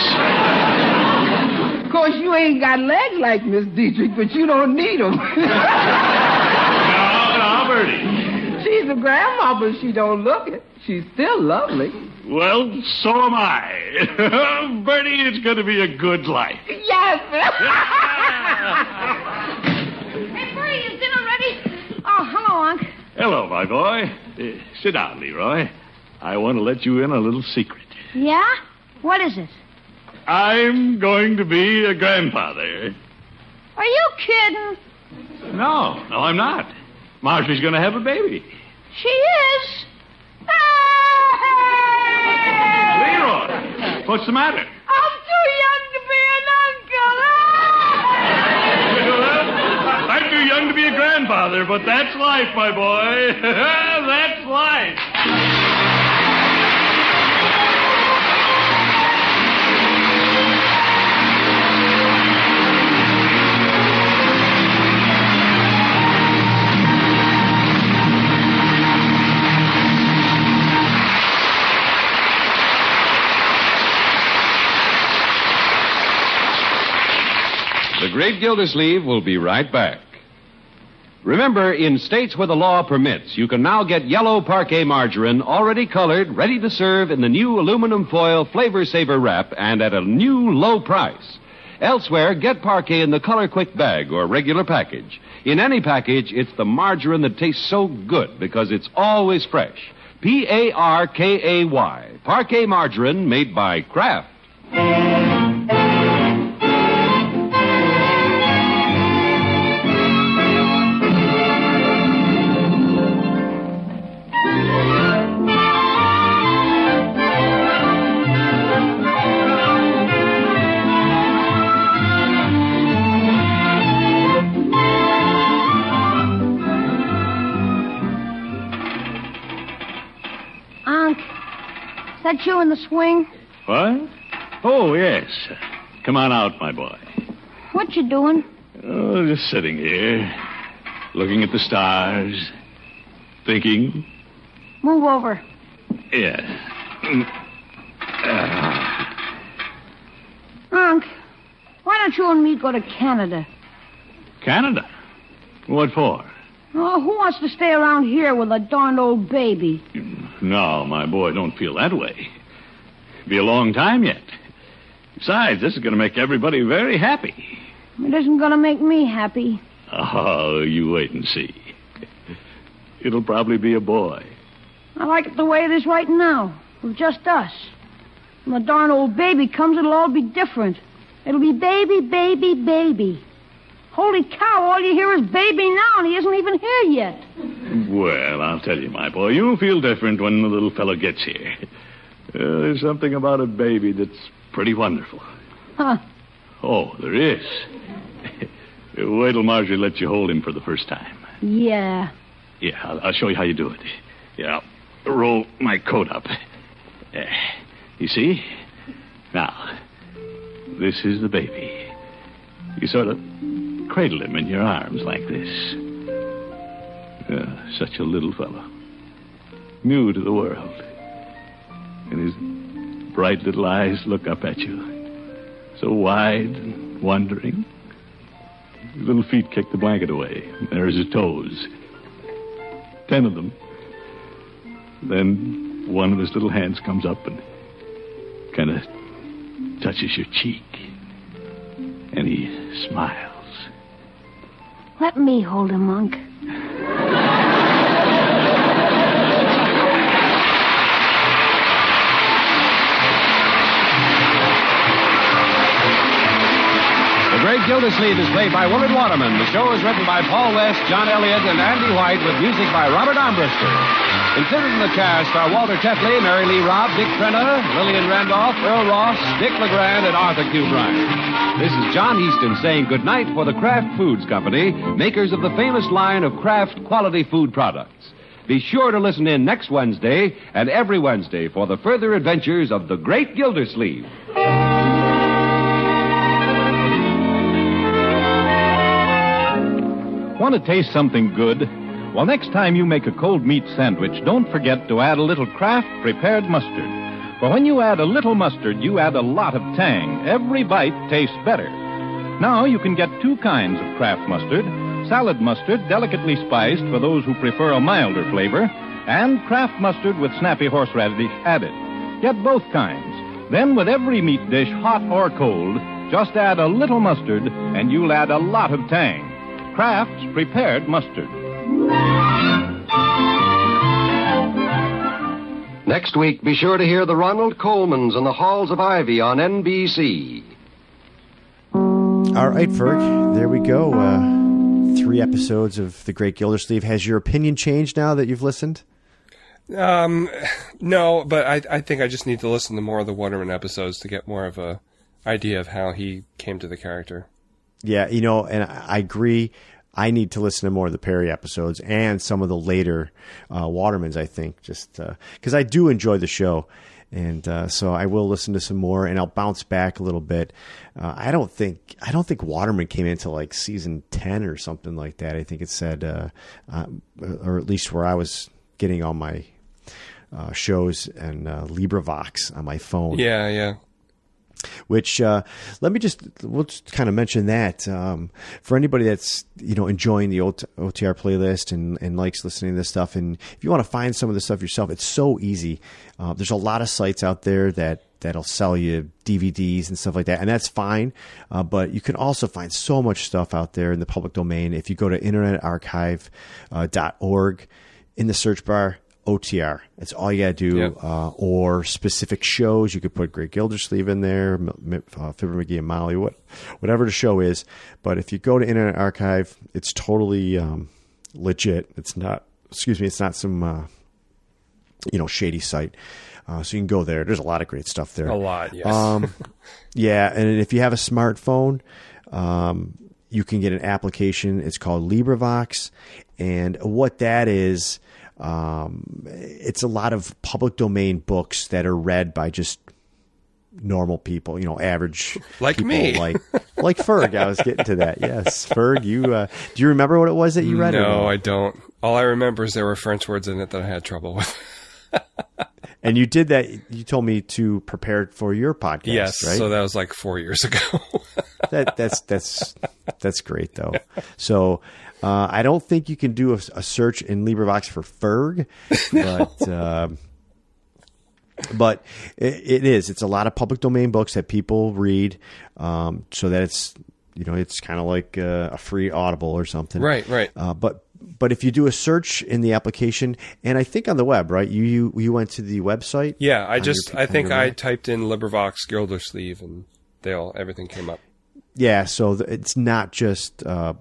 S11: Of course, you ain't got legs like Miss Dietrich, but you don't need 'em.
S13: Now, Bertie.
S11: She's a grandma, but she don't look it. She's still lovely.
S13: Well, so am I. Bertie, it's going to be a good life.
S11: Yes,
S9: husband. hey, Bertie, is dinner ready? Oh, hello, Unc.
S13: Hello, my boy. Uh, sit down, Leroy. I want to let you in on a little secret.
S9: Yeah? What is it?
S13: I'm going to be a grandfather.
S9: Are you kidding?
S13: No, no, I'm not. Marjorie's going to have a baby.
S9: She is. Ah!
S13: Leroy, what's the matter?
S9: I'm too young to be an uncle.
S13: I'm too young to be a grandfather, but that's life, my boy. that's life.
S25: The Great Gildersleeve will be right back. Remember, in states where the law permits, you can now get yellow parquet margarine already colored, ready to serve in the new aluminum foil flavor saver wrap and at a new low price. Elsewhere, get parquet in the color quick bag or regular package. In any package, it's the margarine that tastes so good because it's always fresh. P A R K A Y. Parquet margarine made by Kraft.
S9: Unc, is that you in the swing?
S13: What? Oh, yes. Come on out, my boy.
S9: What you doing?
S13: Oh, just sitting here, looking at the stars, thinking.
S9: Move over.
S13: Yeah. Ah,
S9: Unc, why don't you and me go to Canada?
S13: Canada. What for?
S9: Oh, who wants to stay around here with a darned old baby?
S13: No, my boy, don't feel that way. Be a long time yet. Besides, this is going to make everybody very happy.
S9: It isn't going to make me happy.
S13: Oh, you wait and see. It'll probably be a boy.
S9: I like it the way it is right now, with just us. When the darn old baby comes, it'll all be different. It'll be baby, baby, baby. Holy cow, all you hear is baby now, and he isn't even here yet.
S13: Well, I'll tell you, my boy, you'll feel different when the little fellow gets here. Uh, there's something about a baby that's pretty wonderful.
S9: Huh.
S13: Oh, there is. Wait till Marjorie lets you hold him for the first time.
S9: Yeah.
S13: Yeah, I'll, I'll show you how you do it. Yeah, I'll roll my coat up. Eh, you see? Now, this is the baby. You sort of cradle him in your arms like this. Ah, such a little fellow. New to the world. And his bright little eyes look up at you. So wide and wondering. His little feet kick the blanket away. There's his toes. Ten of them. Then one of his little hands comes up and kind of touches your cheek. And he smiles.
S9: Let me hold him, Monk.
S25: The Great Gildersleeve is played by Willard Waterman. The show is written by Paul West, John Elliott, and Andy White, with music by Robert Armbruster. Included in the cast are Walter Tetley, Mary Lee Robb, Dick Trenna, Lillian Randolph, Earl Ross, Dick LeGrand, and Arthur Q. Bryan. This is John Easton saying goodnight for the Kraft Foods Company, makers of the famous line of Kraft quality food products. Be sure to listen in next Wednesday and every Wednesday for the further adventures of the Great Gildersleeve.
S3: Want to taste something good? Well, next time you make a cold meat sandwich, don't forget to add a little Kraft prepared mustard. For when you add a little mustard, you add a lot of tang. Every bite tastes better. Now you can get two kinds of Kraft mustard salad mustard, delicately spiced for those who prefer a milder flavor, and Kraft mustard with snappy horseradish added. Get both kinds. Then, with every meat dish, hot or cold, Just add a little mustard, and you'll add a lot of tang. Kraft's prepared mustard.
S17: Next week, be sure to hear the Ronald Colemans and the Halls of Ivy on NBC.
S1: All right, Ferg. There we go. Uh, three episodes of The Great Gildersleeve. Has your opinion changed now that you've listened?
S2: Um, no, but I, I think I just need to listen to more of the Waterman episodes to get more of a idea of how he came to the character.
S1: Yeah, you know, and I I agree. I need to listen to more of the Perry episodes and some of the later uh, Watermans. I think just because I do enjoy the show, and uh, so I will listen to some more, and I'll bounce back a little bit. Uh, I don't think I don't think Waterman came into like season ten or something like that. I think it said, uh, uh, or at least where I was getting all my uh, shows and uh, LibriVox on my phone
S2: Yeah, yeah.
S1: which uh, let me just we'll just kind of mention that um, for anybody that's you know enjoying the OT- OTR playlist and, and likes listening to this stuff and if you want to find some of this stuff yourself it's so easy uh, there's a lot of sites out there that that'll sell you DVDs and stuff like that and that's fine uh, but you can also find so much stuff out there in the public domain if you go to internetarchive.org in the search bar OTR. That's all you got to do. Uh, or specific shows. You could put Greg Gildersleeve in there, M- M- uh, Fibber McGee and Molly, what, whatever the show is. But if you go to Internet Archive, it's totally um, legit. It's not, excuse me, it's not some, uh, you know, shady site. Uh, so you can go there. There's a lot of great stuff there.
S2: A lot, yes.
S1: Um, yeah, and if you have a smartphone, um, you can get an application. It's called LibriVox, and what that is, um, it's a lot of public domain books that are read by just normal people, you know, average
S2: Like
S1: people
S2: me.
S1: like like Ferg. I was getting to that. Yes, Ferg, you uh, do you remember what it was that you read? or
S2: No, I don't. All I remember is there were French words in it that I had trouble with.
S1: and you did that. You told me to prepare for your podcast.
S2: yes,
S1: right?
S2: so that was like four years ago.
S1: that that's that's that's great though. So uh, I don't think you can do a, a search in LibriVox for Ferg, but um but it, it is. It's a lot of public domain books that people read, um, so that it's you know it's kind of like uh, a free Audible or something.
S2: Right, right.
S1: Uh, but but if you do a search in the application, and I think on the web, right? You you you went to the website.
S2: yeah, I
S1: On
S2: just
S1: your-
S2: I
S1: on
S2: think
S1: your
S2: I
S1: Mac?
S2: typed in LibriVox Gildersleeve and they all everything came up.
S1: Yeah, so th- it's not just uh,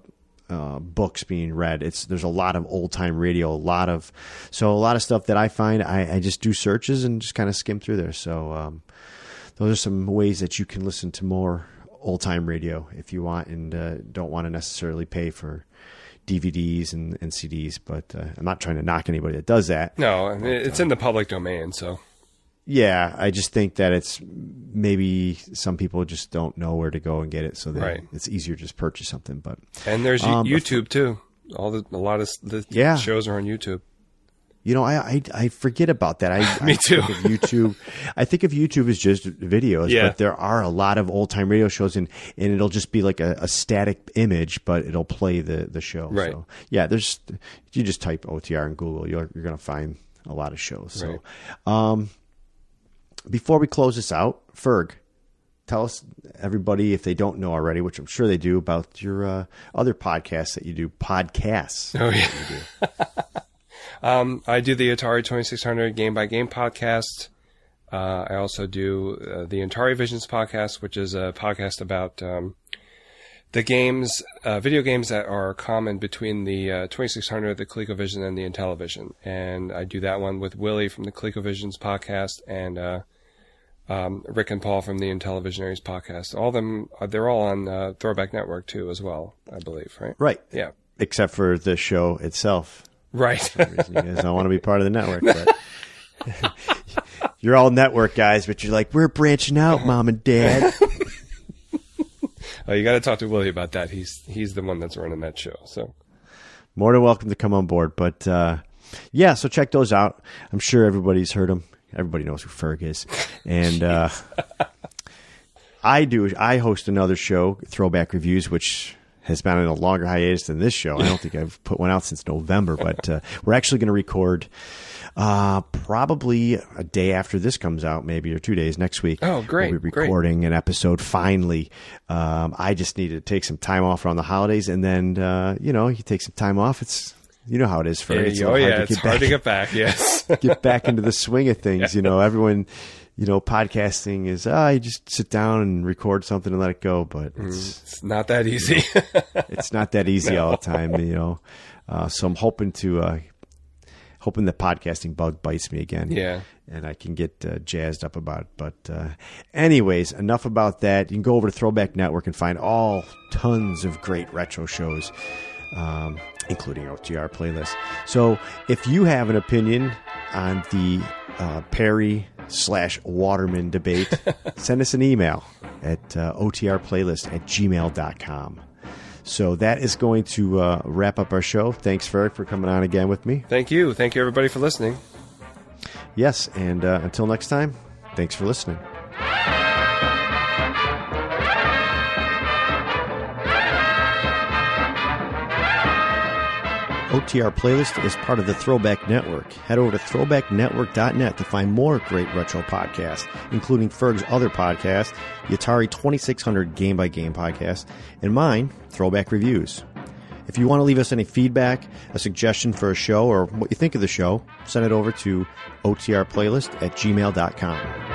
S1: uh, books being read. It's there's a lot of old time radio, a lot of so a lot of stuff that I find. I, I just do searches and just kind of skim through there. So um, those are some ways that you can listen to more old time radio if you want and uh, don't want to necessarily pay for DVDs and, and CDs. But uh, I'm not trying to knock anybody that does that.
S2: No, I mean, it's in the public domain, so
S1: Yeah, I just think that it's maybe some people just don't know where to go and get it, so they,
S2: Right.
S1: it's easier to just purchase something. But
S2: and there's
S1: um,
S2: you YouTube too. All the a lot of s- the
S1: Yeah.
S2: shows are on YouTube.
S1: You know, I I, I forget about that. I
S2: Me
S1: I
S2: too.
S1: Think of YouTube, I think of YouTube as just videos,
S2: Yeah.
S1: but there are a lot of old time radio shows, and and it'll just be like a, a static image, but it'll play the the show.
S2: Right.
S1: So, yeah, there's you just type OTR in Google, you're you're gonna find a lot of shows. So, um, before we close this out, Ferg, tell us everybody if they don't know already, which I'm sure they do, about your uh, other podcasts that you do. Podcasts.
S2: Oh,
S1: that
S2: yeah.
S1: you do.
S2: Um, I do the Atari 2600 Game by Game podcast. Uh, I also do uh, the Atari Visions podcast, which is a podcast about um, the games, uh, video games that are common between the uh, 2600, the ColecoVision, and the Intellivision. And I do that one with Willie from the ColecoVisions podcast and uh, um, Rick and Paul from the Intellivisionaries podcast. All of them, uh, they're all on uh, Throwback Network too, as well, I believe, right?
S1: Right.
S2: Yeah.
S1: Except for the show itself.
S2: Right.
S1: For some reason, you guys don't want to be part of the network. But you're all network guys, but you're like, we're branching out, mom and dad.
S2: Uh, you got to talk to Willie about that. He's he's the one that's running that show. So
S1: More than welcome to come on board. But uh, yeah, so check those out. I'm sure everybody's heard them. Everybody knows who Ferg is. And uh, I do. I host another show, Throwback Reviews, which has been on a longer hiatus than this show. I don't think I've put one out since November, but uh, we're actually going to record uh, probably a day after this comes out, maybe or two days next week.
S2: Oh, great,
S1: We'll be
S2: great.
S1: recording an episode finally. Um, I just needed to take some time off around the holidays, and then uh, you know you take some time off. It's you know how it is for
S2: Yeah,
S1: it's a
S2: oh,
S1: little
S2: yeah, it's hard to get back, yes.
S1: get back into the swing of things. You know, everyone, you know, podcasting is ah, you just sit down and record something and let it go. But it's,
S2: It's not that easy.
S1: it's not that easy all the time, you know. Uh, so I'm hoping to, uh, hoping the podcasting bug bites me again.
S2: Yeah.
S1: And I can get uh, jazzed up about it. But, uh, anyways, enough about that. You can go over to Throwback Network and find all tons of great retro shows, um, including OTR playlists. So if you have an opinion on the uh, Perry slash Waterman debate, send us an email at uh, otrplaylist at gmail.com. So that is going to uh, wrap up our show. Thanks, Ferrick, for coming on again with me.
S2: Thank you. Thank you, everybody, for listening.
S1: Yes, and uh, until next time, thanks for listening. OTR Playlist is part of the Throwback Network. Head over to throwbacknetwork.net to find more great retro podcasts, including Ferg's other podcast, the Atari 2600 Game by Game podcast, and mine, Throwback Reviews. If you want to leave us any feedback, a suggestion for a show, or what you think of the show, send it over to otrplaylist at gmail.com.